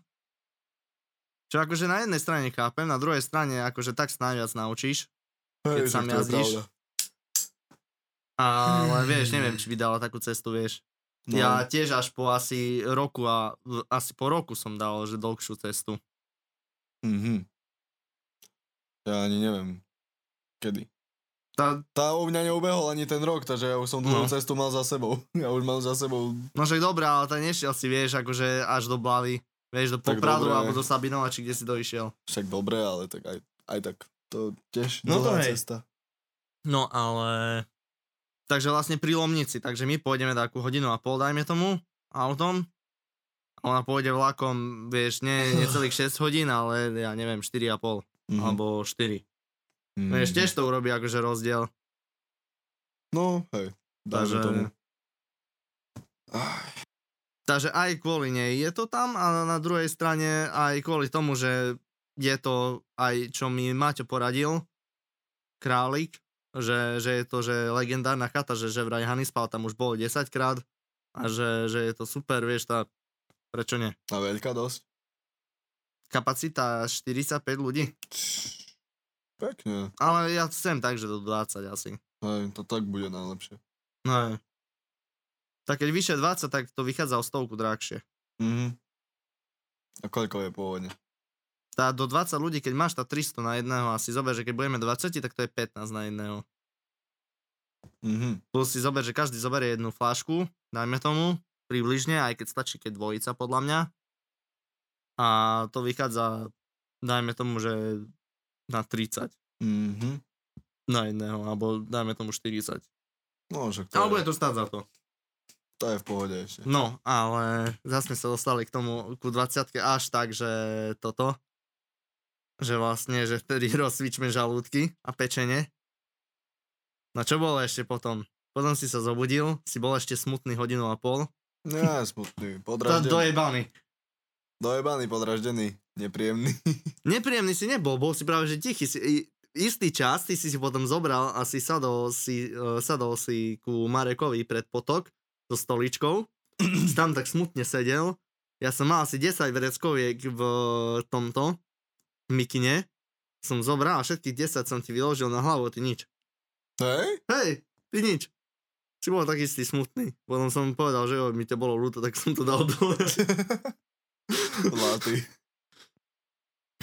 B: Čo akože na jednej strane chápem, na druhej strane akože tak sa najviac naučíš, keď
C: Hej,
B: sám
C: však to je
B: jazdíš.
C: pravda.
B: ale vieš, neviem, či by dala takú cestu, vieš.
C: No.
B: Ja tiež až po asi roku a asi po roku som dal, že dlhšiu cestu.
C: Mhm. Ja ani neviem, kedy.
B: Tá,
C: Tá u mňa neubehol ani ten rok, takže ja už som dlhú
B: No.
C: cestu mal za sebou. Ja už mám za sebou
B: no však dobré, ale tá nešiel si, vieš, akože až do Blavy, vieš, do
C: Tak
B: Popradu
C: dobré.
B: alebo do Sabinova, či kde si doišiel.
C: však dobre, ale tak aj, aj tak. To tiež
B: No to
C: dlhá
B: hej.
C: cesta.
B: No ale... Takže vlastne pri Lomnici, takže my pôjdeme takú hodinu a pol, dajme tomu, autom. A ona pôjde vlakom, vieš, nie, nie celých 6 hodín, ale ja neviem, 4,5 mm.
C: Mhm.
B: alebo 4. Mm.
C: Mhm.
B: Vieš, tiež to urobí akože rozdiel.
C: No, hej. Dáme
B: Takže-
C: tomu. Aj,
B: Takže aj kvôli nej je to tam a na druhej strane aj kvôli tomu, že je to aj čo mi Maťo poradil, králik, že, že je to že legendárna chata, že, že vraj Hanispal tam už bol 10 krát a že, že je to super, vieš, tá, prečo nie?
C: a veľká dosť.
B: Kapacita 45 ľudí,
C: Pekne.
B: ale ja sem tak, že do 20 asi.
C: Hej, to tak bude najlepšie.
B: No je. Tak keď vyše 20, tak to vychádza o stovku drahšie.
C: Mhm. A koľko je pôvodne?
B: Tá do 20 ľudí, keď máš tá 300 na jedného, asi zober, že keď budeme 20, tak to je 15 na jedného.
C: Mhm.
B: Plus si zober, že každý zoberie jednu flášku, dajme tomu, približne, aj keď stačí, keď dvojica podľa mňa. A to vychádza, dajme tomu, že na 30
C: Mhm.
B: na jedného, alebo dajme tomu 40.
C: No, však to,
B: Alebo
C: je,
B: je to stáť za to.
C: to je v pohode ešte.
B: No, ale zase sme sa dostali k tomu, ku 20 až tak, že toto, že vlastne, že vtedy rozsvičme žalúdky a pečenie. No čo bolo ešte potom? Potom si sa zobudil, si bol ešte smutný hodinu a pol.
C: Nie, smutný,
B: To
C: podraždený.
B: dojebaný.
C: Dojebaný, podraždený, nepríjemný.
B: Nepríjemný si nebol, bol si práve že tichý. Si, i- istý čas ty si si potom zobral a si sadol si, uh, sadol si ku Marekovi pred potok so stoličkou. Si tam tak smutne sedel. Ja som mal asi 10 vreckoviek v tomto mikine. Som zobral a všetkých 10 som ti vyložil na hlavu, ty nič.
C: Hej?
B: Hej, ty nič. Si bol taký istý smutný. Potom som povedal, že jo, mi to bolo ľúto, tak som to dal dole.
C: Zlatý.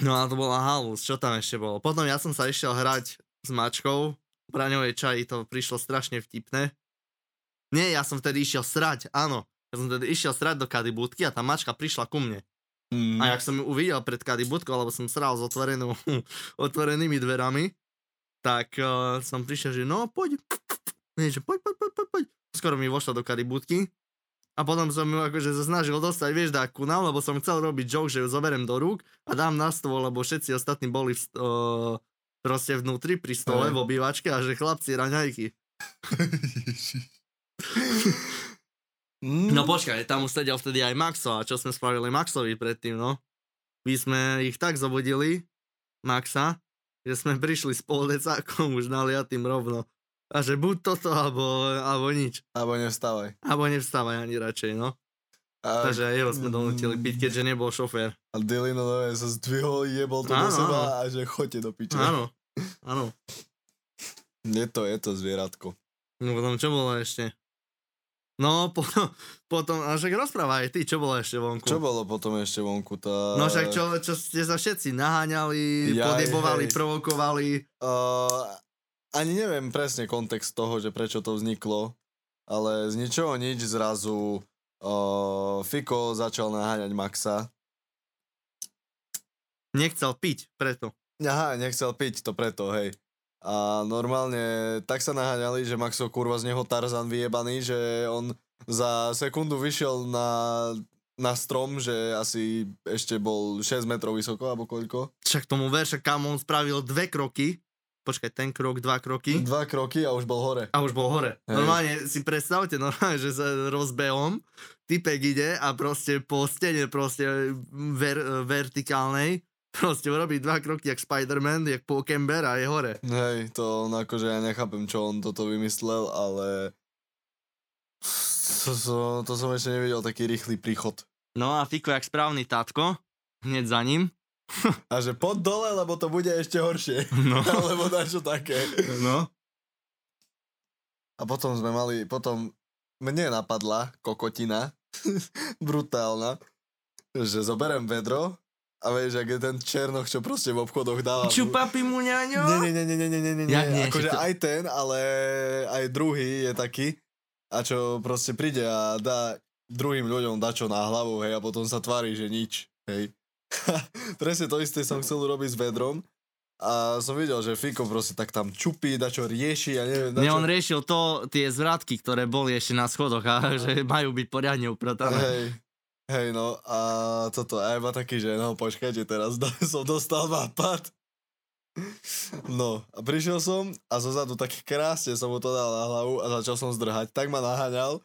B: No a to bola halus, čo tam ešte bolo. Potom ja som sa išiel hrať s mačkou, braňovej čaji, to prišlo strašne vtipné. Nie, ja som vtedy išiel srať, áno. Ja som vtedy išiel srať do kadibúdky a tá mačka prišla ku mne.
C: Mm.
B: A jak som ju uvidel pred kadibúdkou, lebo som sral s otvorenou, otvorenými dverami, tak uh, som prišiel, že no poď, nie, že poď, poď, poď, poď, poď. Skoro mi vošla do karibúdky. A potom som ju akože sa snažil dostať, vieš, dá ku nám, lebo som chcel robiť joke, že ju zoberiem do rúk a dám na stôl, lebo všetci ostatní boli v, st- uh, proste vnútri pri
C: Hej.
B: stole v obývačke a že chlapci raňajky.
C: Mm.
B: No počkaj, tam už sedel vtedy aj Maxo a čo sme spravili Maxovi predtým, no? My sme ich tak zobudili, Maxa, že sme prišli s poldecákom už naliatým rovno. A že buď toto, alebo, alebo nič.
C: Alebo nevstávaj.
B: Alebo nevstávaj ani radšej, no.
C: A,
B: Takže aj jeho sme
C: mm.
B: donútili piť, keďže nebol šofér.
C: a Dylino nové sa zdvihol, jebol to do
B: Áno,
C: seba a že chodte do piče.
B: Áno, áno.
C: Je to, je to zvieratko.
B: No potom čo bolo ešte? No, po, potom, a však rozprávaj ty, čo bolo ešte vonku.
C: Čo bolo potom ešte vonku? Tá...
B: No však čo, čo ste sa všetci naháňali,
C: Jaj,
B: podjebovali,
C: hej.
B: provokovali.
C: Uh, ani neviem presne kontext toho, že prečo to vzniklo, ale z ničoho nič zrazu uh, Fiko začal naháňať Maxa.
B: Nechcel piť, preto.
C: Aha, nechcel piť, to preto, hej. A normálne tak sa naháňali, že Maxo kurva z neho Tarzan vyjebaný, že on za sekundu vyšiel na, na strom, že asi ešte bol 6 metrov vysoko, alebo koľko.
B: Však tomu verša, kam on spravil dve kroky. Počkaj, ten krok, dva kroky.
C: Dva kroky a už bol hore.
B: A už bol hore.
C: Hej.
B: Normálne si predstavte, normálne, že sa rozbehom, typek ide a proste po stene proste ver, vertikálnej proste urobí dva kroky jak Spider-Man, jak Pokember a je hore.
C: Hej, to on akože ja nechápem, čo on toto vymyslel, ale to, to, to som ešte nevidel taký rýchly príchod.
B: No a Fiko, jak správny tátko, hneď za ním.
C: A že pod dole, lebo to bude ešte horšie.
B: No.
C: Alebo dačo také.
B: No.
C: A potom sme mali, potom mne napadla kokotina, brutálna, že zoberem vedro a vieš, ak je ten černoch, čo proste v obchodoch
B: No.
C: dáva.
B: Čupapi mu ňaňo?
C: Nie, nie, nie, nie, nie, nie, nie, nie.
B: Jak nie?
C: Akože
B: Že to-
C: aj ten, ale aj druhý je taký. A čo proste príde a dá druhým ľuďom dačo na hlavu, hej, a potom sa tvári, že nič, hej. Presne to isté som chcel urobiť s vedrom. A som videl, že Fiko proste tak tam čupí, dačo rieši a neviem,
B: Nie,
C: dačo...
B: on riešil to, tie zvratky, ktoré boli ešte na schodoch a že majú byť poriadne upratané.
C: Hej, hej, no a toto, a iba taký, že no počkajte teraz, do, som dostal nápad. No, a prišiel som a zozadu taký krásne som mu to dal na hlavu a začal som zdrhať. Tak ma naháňal,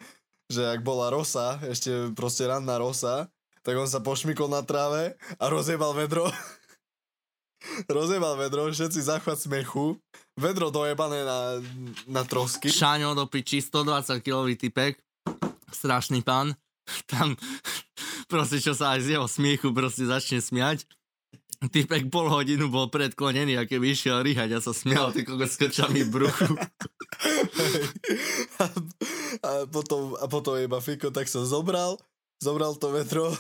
C: že ak bola rosa, ešte proste ranná rosa, tak on sa pošmikol na tráve a rozjebal vedro. rozjebal vedro, všetci záchvat smechu, vedro dojebané na, na trosky.
B: Šáňo do piči, 120 kilový typek, strašný pán, tam proste čo sa aj z jeho smiechu proste začne smiať. Typek pol hodinu bol predklonený a keby išiel rihať a sa smial, ty kokos s krčami v bruchu.
C: a, a, potom, a potom iba Fiko tak sa zobral, zobral to vetro,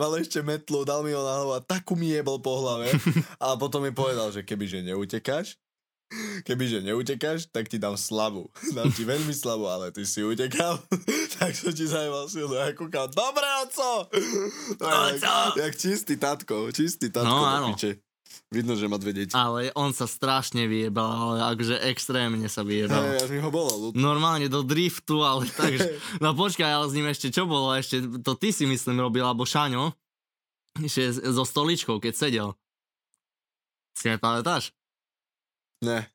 C: mal ešte metlu, dal mi ho na hlavu a takú mi jebol po hlave. A potom mi povedal, že kebyže neutekáš, kebyže neutekáš, tak ti dám slabu. Dám ti veľmi slabu, ale ty si utekal, tak som ti zajebal silu. A ja kúkal, dobré, oco! To je jak-
B: Oco!
C: Jak čistý tatko, čistý tatko.
B: No,
C: do
B: áno.
C: piče. Vidno, že má dve deti.
B: Ale on sa strašne vyjebal, ale akože extrémne sa vyjebal.
C: Hej, až mi ho bolo ľúto.
B: normálne do driftu, ale No, takže... No počkaj, ale s ním ešte čo bolo? Ešte to ty si myslím robil, alebo Šaňo, že s- so stoličkou, keď sedel. Si nepamätáš?
C: Ne.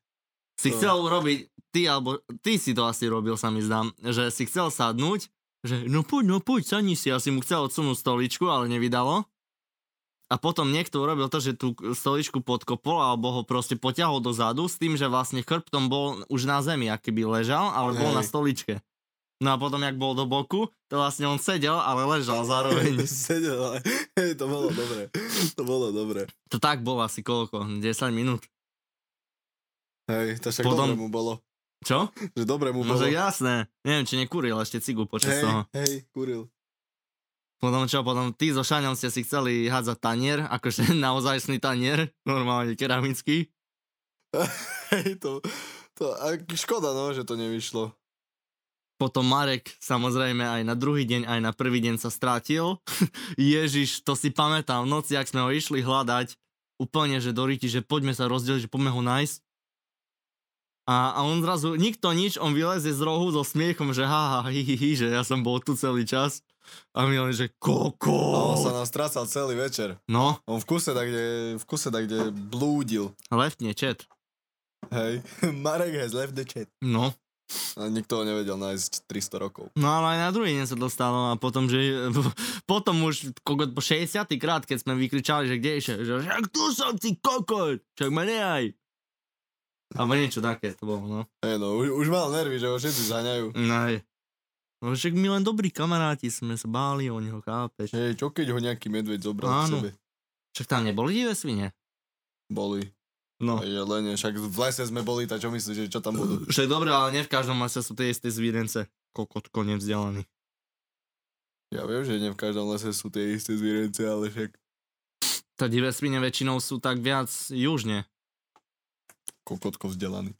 B: Si
C: To-
B: chcel urobiť, ty alebo ty si to asi robil, sa mi zdám, že si chcel sadnúť, že no poď, no poď, sadni si, asi mu chcel odsunúť stoličku, ale nevydalo. A potom niekto urobil to, že tú stoličku podkopol alebo ho proste poťahol dozadu s tým, že vlastne chrbtom bol už na zemi, aký by ležal, ale bol na
C: Hej.
B: stoličke. No a potom, jak bol do boku, to vlastne on sedel, ale ležal zároveň.
C: Sedel, ale hej, to bolo dobre. To bolo dobre.
B: To tak bolo asi koľko? 10 minút.
C: Hej, to však
B: Potom-
C: dobre mu bolo.
B: Čo?
C: Že dobre mu
B: No
C: bolo.
B: že jasné. Neviem, či nekúril ešte cigu počas
C: hej,
B: toho.
C: hej, kuril.
B: Potom čo, potom ty so Šaňom ste si chceli hádzať tanier, akože naozajstný tanier, normálne keramický.
C: Hej, to, to, a škoda no, že to nevyšlo.
B: Potom Marek, samozrejme aj na druhý deň, aj na prvý deň sa strátil. Ježiš, to si pamätám, v noci, ak sme ho išli hľadať, úplne, že do Riti, že poďme sa rozdeliť, že poďme ho nájsť. A, a on zrazu, nikto nič, on vylezie z rohu so smiechom, že ha, ha, hi, hi, hi, že ja som bol tu celý čas. A my len, že
C: A on sa
B: koko.
C: nás tracal celý večer.
B: No,
C: On v kuse tak, kde, v kuse tak, kde blúdil.
B: leftne, čet.
C: Hej, Marek has left the chat.
B: No.
C: A nikto ho nevedel nájsť 300 rokov.
B: No ale aj na druhý deň sa dostalo a potom, že potom už kokot po 60 krát, keď sme vykričali, že kde ešte, že však tu som ty kokot, však ma nehaj. Alebo niečo také to bolo, no.
C: Hej, no, už, už mal nervy, že ho všetci zhaňajú.
B: Nej. No však my len dobrí kamaráti sme sa báli o neho, chápeš.
C: Hej, čo keď ho nejaký medveď zobral k
B: Áno.
C: sebe?
B: Však tam neboli divé svine.
C: Boli.
B: No.
C: Je len, však v lese sme boli, tak čo myslíš, že čo tam budú?
B: Však dobre, ale nie v každom lese sú tie isté zvírence. Kokotko nevzdelaný.
C: Ja viem, že nie v každom lese sú tie isté zvierence, ale však
B: Tá divé svine väčšinou sú tak viac južne.
C: kokotko vzdelaný.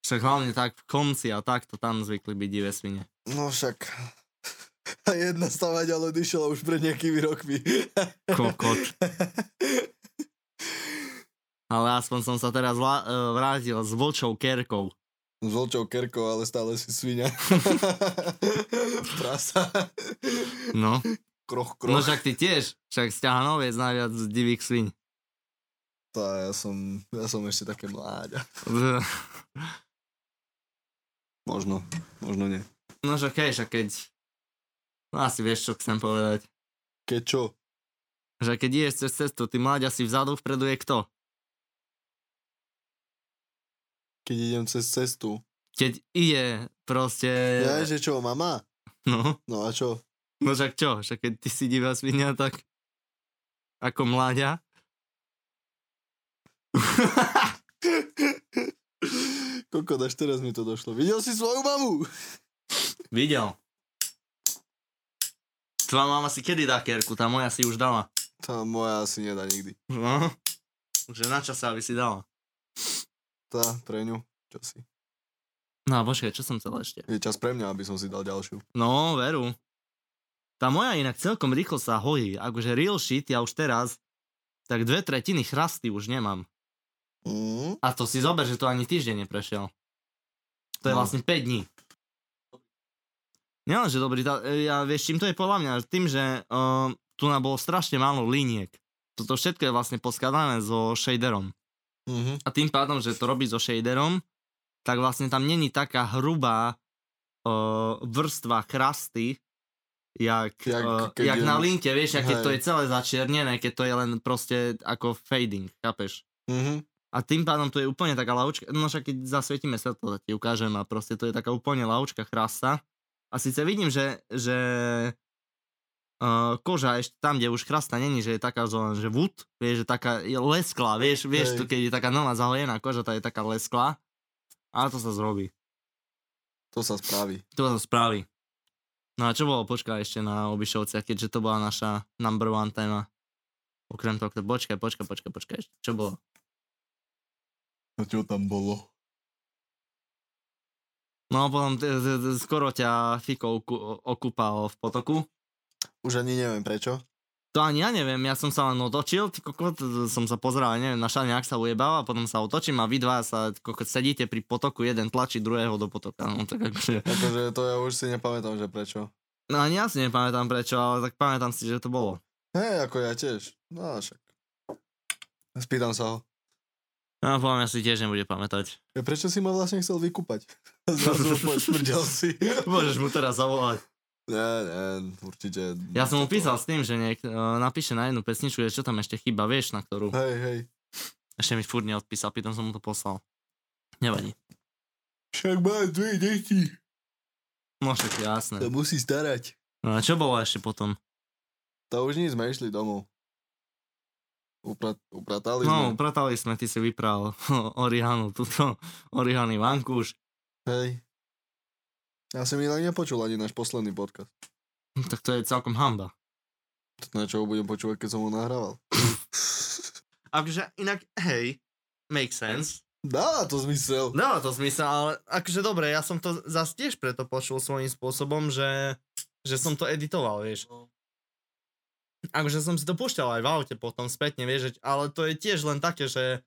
B: Však hlavne tak v konci a takto tam zvykli byť divé svine.
C: No však. A jedna stavateľ odišla už pred nejakými rokmi.
B: Kokot. Ale aspoň som sa teraz vla- e, vrátil s vlčou kerkou.
C: S veľkou kerkou, ale stále si svinia. Prasa.
B: No,
C: Kroch,
B: no
C: kroch.
B: však ty tiež. Však sťahanoviec najviac z divých sviň.
C: Tá, ja, som, ja som ešte také mláďa. Možno, možno nie.
B: No však hej, však keď... No asi vieš, čo chcem povedať.
C: Keď čo?
B: Že keď ideš cez cestu, ty mláďa si vzadu, vpredu je kto?
C: Keď idem cez cestu.
B: Keď ide proste...
C: Ja, že čo, mama?
B: No,
C: No a čo?
B: No však čo, však keď ty si divá svinia, tak ako mláďa.
C: Koľko až teraz mi to došlo. Videl si svoju mamu?
B: Videl. Tvoja mama si kedy dá kerku, tá moja si už dala.
C: Tá moja asi nedá nikdy.
B: No, že na čase, aby si dala.
C: Tá pre ňu. Čo si?
B: No a počkaj, čo som chcel ešte?
C: Je čas pre mňa, aby som si dal ďalšiu.
B: No, veru. Tá moja inak celkom rýchlo sa hojí. Akože real shit, ja už teraz, tak dve tretiny chrasty už nemám.
C: Mm.
B: A to si zober, že to ani týždeň neprešiel. To je
C: No.
B: vlastne 5 dní. Nielenže dobrý, tá, e, ja vieš, čím to je podľa mňa? Tým, že uh, tu nám bolo strašne málo liniek. Toto všetko je vlastne poskladané so shaderom.
C: Mm-hmm.
B: A tým pádom, že to robí so shaderom, tak vlastne tam není taká hrubá uh, vrstva krasty, jak,
C: Jak
B: jak,
C: keď
B: jak
C: je-
B: na linke, vieš, jak keď
C: Hej.
B: to je celé začiernené, keď to je len proste ako fading, chápeš?
C: Mm-hmm.
B: A tým pádom to je úplne taká laučka, no však keď zasvietime svetlo, tak ti ukážem a proste to je taká úplne laučka chrasta. A síce vidím, že, že uh, koža ešte tam, kde už chrasta není, že je taká, že, len, že wood, vieš, že taká je lesklá, vieš, vieš
C: Hej.
B: to, keď je taká nová zahojená koža, tá je taká lesklá. A to sa zrobí.
C: To sa spraví.
B: To sa spraví. No a čo bolo, počkaj ešte na obyšovciach, keďže to bola naša number one téma. Okrem toho, počkaj, počkaj, počkaj, počkaj, ešte čo bolo?
C: A čo tam bolo?
B: No potom t- t- t- skoro ťa Fiko oku- okúpal v potoku.
C: Už ani neviem prečo.
B: To ani ja neviem, ja som sa len otočil, ty kokot, som sa pozeral, neviem, na šane, ak sa ujebáva, potom sa otočím a vy dva sa ty kokot, sedíte pri potoku, jeden tlačí druhého do potoka. No, tak akože,
C: Akože to ja už si nepamätám, že prečo.
B: no ani ja si nepamätám prečo, ale tak pamätám si, že to bolo.
C: Hej, ako ja tiež. No a však. Spýtam sa ho.
B: No podľa mňa si tiež nebude pamätať.
C: Ja prečo si ma vlastne chcel vykúpať? Zrazu pošmrdel si.
B: Môžeš mu teraz zavolať.
C: Ne, ne, určite.
B: Ja som mu písal s tým, že niek- e, napíše na jednu pesničku, že čo tam ešte chyba, vieš, na ktorú.
C: Hej, hej.
B: Ešte mi furt neodpísal, potom som mu to poslal. Nevadí.
C: Však má dve deti.
B: No však jasné.
C: To musí starať.
B: No a čo bolo ešte potom?
C: To už nic, sme išli domov. Uprat, upratali
B: No,
C: no. sme.
B: upratali sme, ty si vypral Orihanu, túto Orihany vankúš.
C: Hej. Ja som inak nepočul ani náš posledný podcast.
B: Tak to je celkom hamba.
C: To Na čo ho budem počúvať, keď som ho nahrával.
B: Akože inak, hej, make sense.
C: Dáva to zmysel.
B: Dáva No, to zmysel, ale akože dobre, ja som to zase tiež preto počul svojím spôsobom, že, že som to editoval, vieš. Akože som si to púšťal aj v aute potom spätne, vieš, že- ale to je tiež len také, že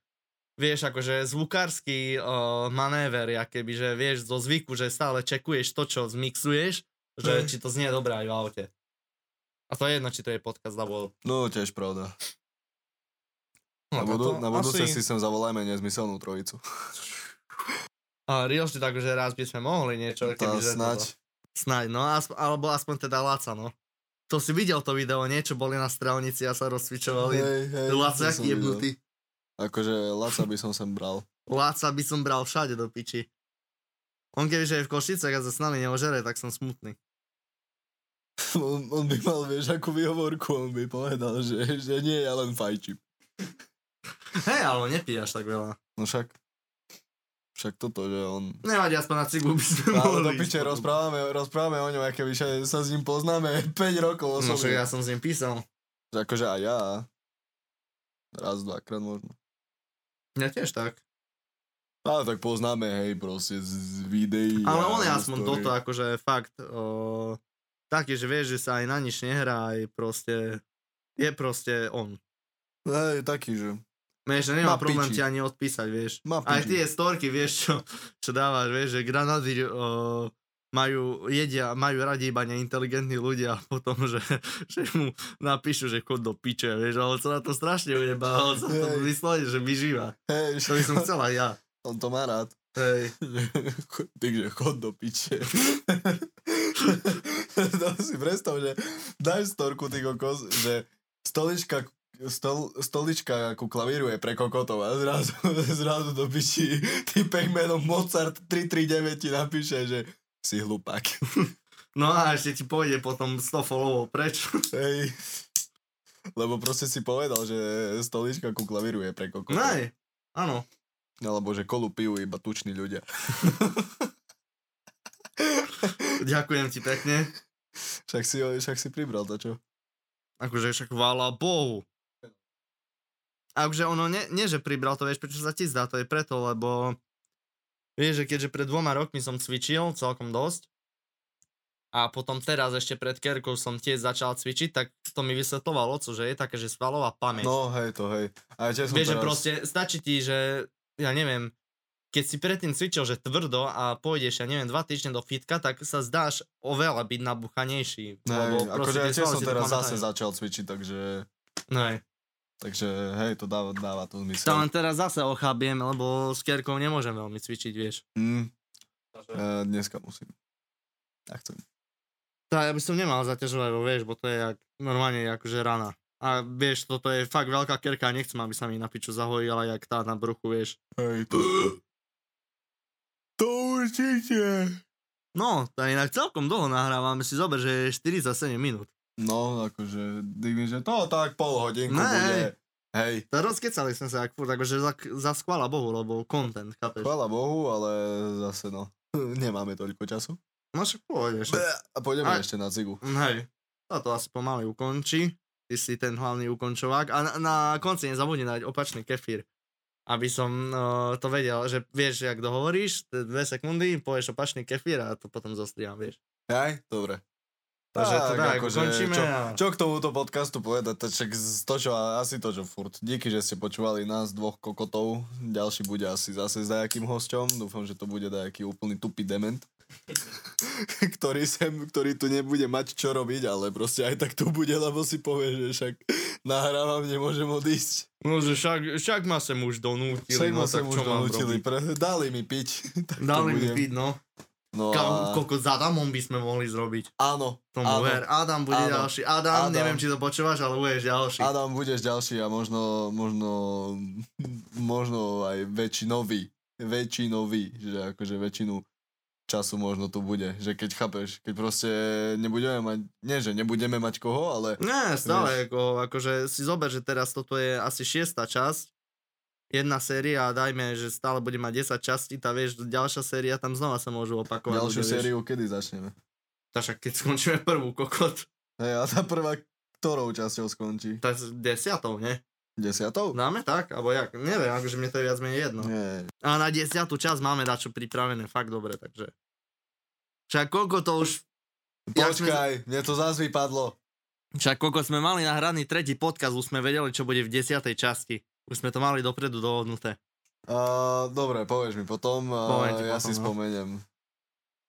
B: vieš, akože zvukársky uh, manéver, ja keby, že vieš zo zvyku, že stále čekuješ to, čo zmixuješ, že
C: Hej.
B: či to znie dobré aj v aute. A to je jedno, či to je podcast alebo...
C: No, tiež pravda.
B: No,
C: Na, budu,
B: toto
C: na budúce si
B: asi-
C: sem zavolajme nezmyselnú trojicu.
B: A real shit, akože raz by sme mohli niečo,
C: Tá
B: keby, že toto.
C: snaď.
B: Snaď, no, aspo- alebo aspoň teda Laca, no. To si videl to video, niečo boli na strelnici a sa rozsvičovali.
C: Hej, hej, to
B: Laca,
C: som
B: aký
C: videl.
B: jebnutý.
C: Akože Laca by som sem bral.
B: Láca by som bral všade do piči. On kebyže je v Košicách a sa s nami neožere, tak som smutný.
C: On, on by mal, vieš, akú výhovorku, on by povedal, že, že nie, ja len fajčím.
B: Hej, ale nepíjaš tak veľa.
C: No však, však toto, že on...
B: Nevadí, aspoň na cigu by sme
C: Ale
B: mohli.
C: do piče,
B: ísť.
C: rozprávame, rozprávame o ňom, aké vyše, sa s ním poznáme 5 rokov
B: No, však ja
C: osobne.
B: som s ním písal.
C: Že Akože aj ja. Raz, dvakrát možno.
B: Ja tiež tak.
C: Ale tak poznáme, hej, proste z z videí.
B: Ale
C: a
B: on je
C: zo
B: aspoň
C: story.
B: toto, akože fakt. O, taký, že vieš, že sa aj na nič nehrá, aj proste... Je proste on.
C: Hej, taký, že...
B: Vieš, že nemá
C: Má
B: problém
C: piči.
B: ti ani odpísať, vieš.
C: Má
B: Aj
C: piči.
B: tie storky, vieš, čo, čo dávaš, vieš, že granáty o, majú, jedia, majú radi iba neinteligentní ľudia a potom, že, že mu napíšu, že chod do piče, vieš, ale sa na to strašne ujebá, on sa to
C: Hej.
B: vyslovene, že vyžíva.
C: Hej,
B: To by som chcel aj ja.
C: on to má rád.
B: Hej.
C: Takže chod do piče. to si predstav, že dáš storku, ty kokos, že stolička, stol, stolička ku klavíru je pre kokotov a zrazu, zrazu do piči typek menom Mozart 339 ti napíše, že si hlupák.
B: No a ešte ti pôjde potom 100 followov preč.
C: Hej. Lebo proste si povedal, že stolička ku klavíru je pre kokot.
B: Nej, áno.
C: Alebo že kolu pijú iba tuční ľudia.
B: Ďakujem ti pekne.
C: Však si, však si pribral to, čo?
B: Akože však chvála Bohu. A akože ono, nie, nie že pribral to, vieš, prečo sa ti zdá, to je preto, lebo vieš, že keďže pred dvoma rokmi som cvičil celkom dosť a potom teraz ešte pred kerkou som tiež začal cvičiť, tak to mi vysvetloval oco, že je také, že svalová pamäť.
C: No, hej, to hej. A ja som
B: Vieš, že
C: teraz...
B: proste stačí ti, že ja neviem, keď si predtým cvičil, že tvrdo a pôjdeš, ja neviem, dva týždne do fitka, tak sa zdáš oveľa byť nabuchanejší.
C: Hej, akože ja
B: tie
C: tiež
B: svaly
C: som
B: si
C: teraz
B: pamätajú. No,
C: zase začal cvičiť, takže...
B: Nej.
C: Takže hej, to dáva, dáva to
B: To
C: zmysel.
B: len teraz zase ochábiem, lebo s kerkou nemôžem veľmi cvičiť, vieš.
C: Mm, e, dneska musím. Ja chcem.
B: Tá, ja by som nemal zaťažovať, vieš, bo to je jak, normálne akože rana. A vieš, toto je fakt veľká kerka, nechcem, aby sa mi na piču zahojila, jak tá na bruchu, vieš.
C: Hej, to... To určite.
B: No, to je inak celkom dlho nahrávame, si zober, že je 47 minút.
C: No, akože, dým, že to tak pol hodinku
B: Ne,
C: bude. Hej,
B: To rozkecali sme sa, ak furt, akože za, za skvala bohu, lebo content, chápeš?
C: chvála Bohu, ale zase no, nemáme toľko času.
B: No však pôjdeš.
C: A pôjdeme
B: A-
C: ešte na cigu.
B: Hej. Toto No, asi pomaly ukončí. Ty si ten hlavný ukončovák. A na, na konci nezabudni dať opačný kefír. Aby som uh, to vedel, že vieš, jak to hovoríš, t- dve sekundy, povieš opačný kefír a to potom zostriam, vieš.
C: Hej, dobre.
B: Takže to tak, ukončíme
C: akože, čo,
B: a-
C: čo k tomuto podcastu povedať, to, však z- to čo, asi to čo furt. Díky, že ste počúvali nás dvoch kokotov. Ďalší bude asi zase s dajakým hosťom. Dúfam, že to bude dajaký úplný tupý dement. ktorý, sem, ktorý tu nebude mať čo robiť, ale proste aj tak tu bude, lebo si povie, že však nahrávam, nemôžem odísť.
B: No, že však, však ma sem už donútili,
C: Však ma
B: no
C: sem
B: tak
C: už
B: čo mám
C: donútili,
B: robiť?
C: pre, dali mi piť. tak to
B: Dali mi
C: budem.
B: piť, no.
C: No
B: Kam,
C: a...
B: koľko za Adamom by sme mohli zrobiť.
C: Áno,
B: Tomu
C: áno.
B: ver. Adam bude
C: Áno.
B: ďalší. Adam,
C: Adam.
B: neviem, či to počúvaš, ale budeš ďalší.
C: Adam, budeš ďalší a možno, možno, možno aj väčšinový. Väčšinový, že akože väčšinu času možno tu bude, že keď chápeš, keď proste nebudeme mať, nie že nebudeme mať koho, ale
B: Ne, stále, ako, akože si zober, že teraz toto je asi šiesta časť, jedna séria a dajme, že stále bude mať 10 častí, tá vieš, ďalšia séria, tam znova sa môžu opakovať.
C: ďalšiu
B: ľudia, vieš.
C: sériu kedy začneme.
B: Tá však keď skončíme prvú kokot,
C: Hej, a tá prvá ktorou časťou skončí?
B: tak s desiatou, ne?
C: Desiatou?
B: Dáme tak, alebo jak? Neviem, akože mne to je viac menej jedno.
C: Nie.
B: A na desiatú časť máme dačo pripravené, fakt dobre, takže. Však koľko to už Jak sme-
C: Počkaj, mne to zás vypadlo.
B: Však koľko sme mali nahraný tretí podcast, už sme vedeli, čo bude v desiatej časti. Už sme to mali dopredu dohodnuté.
C: Uh, dobre, povieš mi potom, uh,
B: Poviem ti
C: ja
B: potom,
C: si
B: no.
C: spomeniem.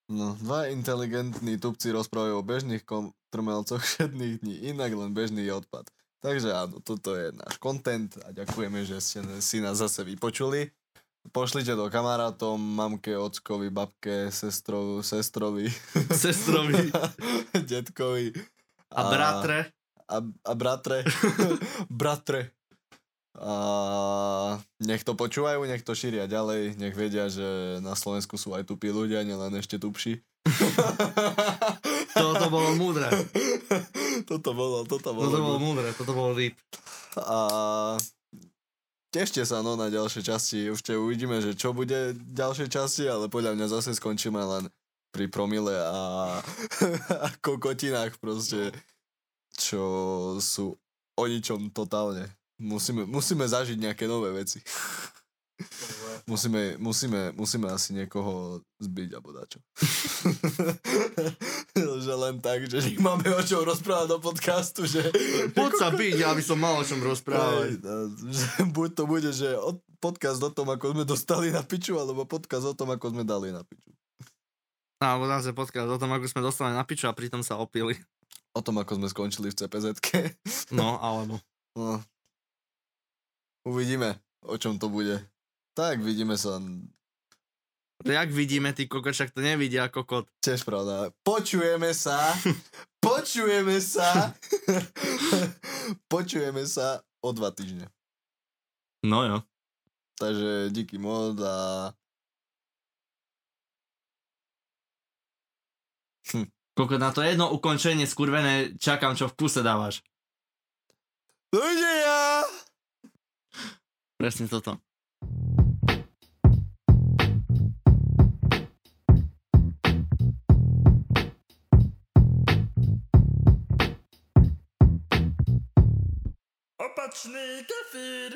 C: No, dva inteligentní tupci rozprávajú o bežných kom- trmelcoch všetných dní, inak len bežný je odpad. Takže áno, toto je náš content a ďakujeme, že ste n- si nás zase vypočuli. Pošlite to kamarátom, mamke, ockovi, babke, sestro, sestrovi,
B: Sestrovi
C: detkovi.
B: a bratre.
C: A, a bratre. bratre. A nech to počúvajú, nech to šíria ďalej, nech vedia, že na Slovensku sú aj tupí ľudia, nielen ešte tupší.
B: Toto bolo múdre.
C: toto bolo, toto bolo.
B: Toto bolo múdre, toto bolo deep.
C: A tešte sa no na ďalšie časti, ešte uvidíme, že čo bude v ďalšej časti, ale podľa mňa zase skončíme len pri promile a, a kokotinách proste, čo sú o ničom totálne. Musíme, musíme zažiť nejaké nové veci. Musíme, musíme, musíme asi niekoho zbiť alebo dačo. že len tak, že máme o čom rozprávať do podcastu, že...
B: Poď sa byť, aby som mal o čom
C: Hej,
B: rozprávať.
C: no, že buď to bude, že od, podcast o tom, ako sme dostali na piču, alebo podcast o tom, ako sme dali na piču.
B: Alebo tam sa podcast o tom, ako sme dostali na piču a pritom sa opili.
C: O tom, ako sme skončili v cpz
B: No, alebo.
C: No. Uvidíme, o čom to bude. Tak, vidíme sa.
B: Jak vidíme, ty kokot, však to nevidia kokot.
C: Tiež pravda. Počujeme sa. Počujeme sa. Počujeme sa o dva týždne.
B: No jo.
C: Takže díky moc a... Hm.
B: Koľko na to jedno ukončenie skurvené čakám, čo v puse dávaš.
C: Dovidenia!
B: Presne toto. Opačný kefír!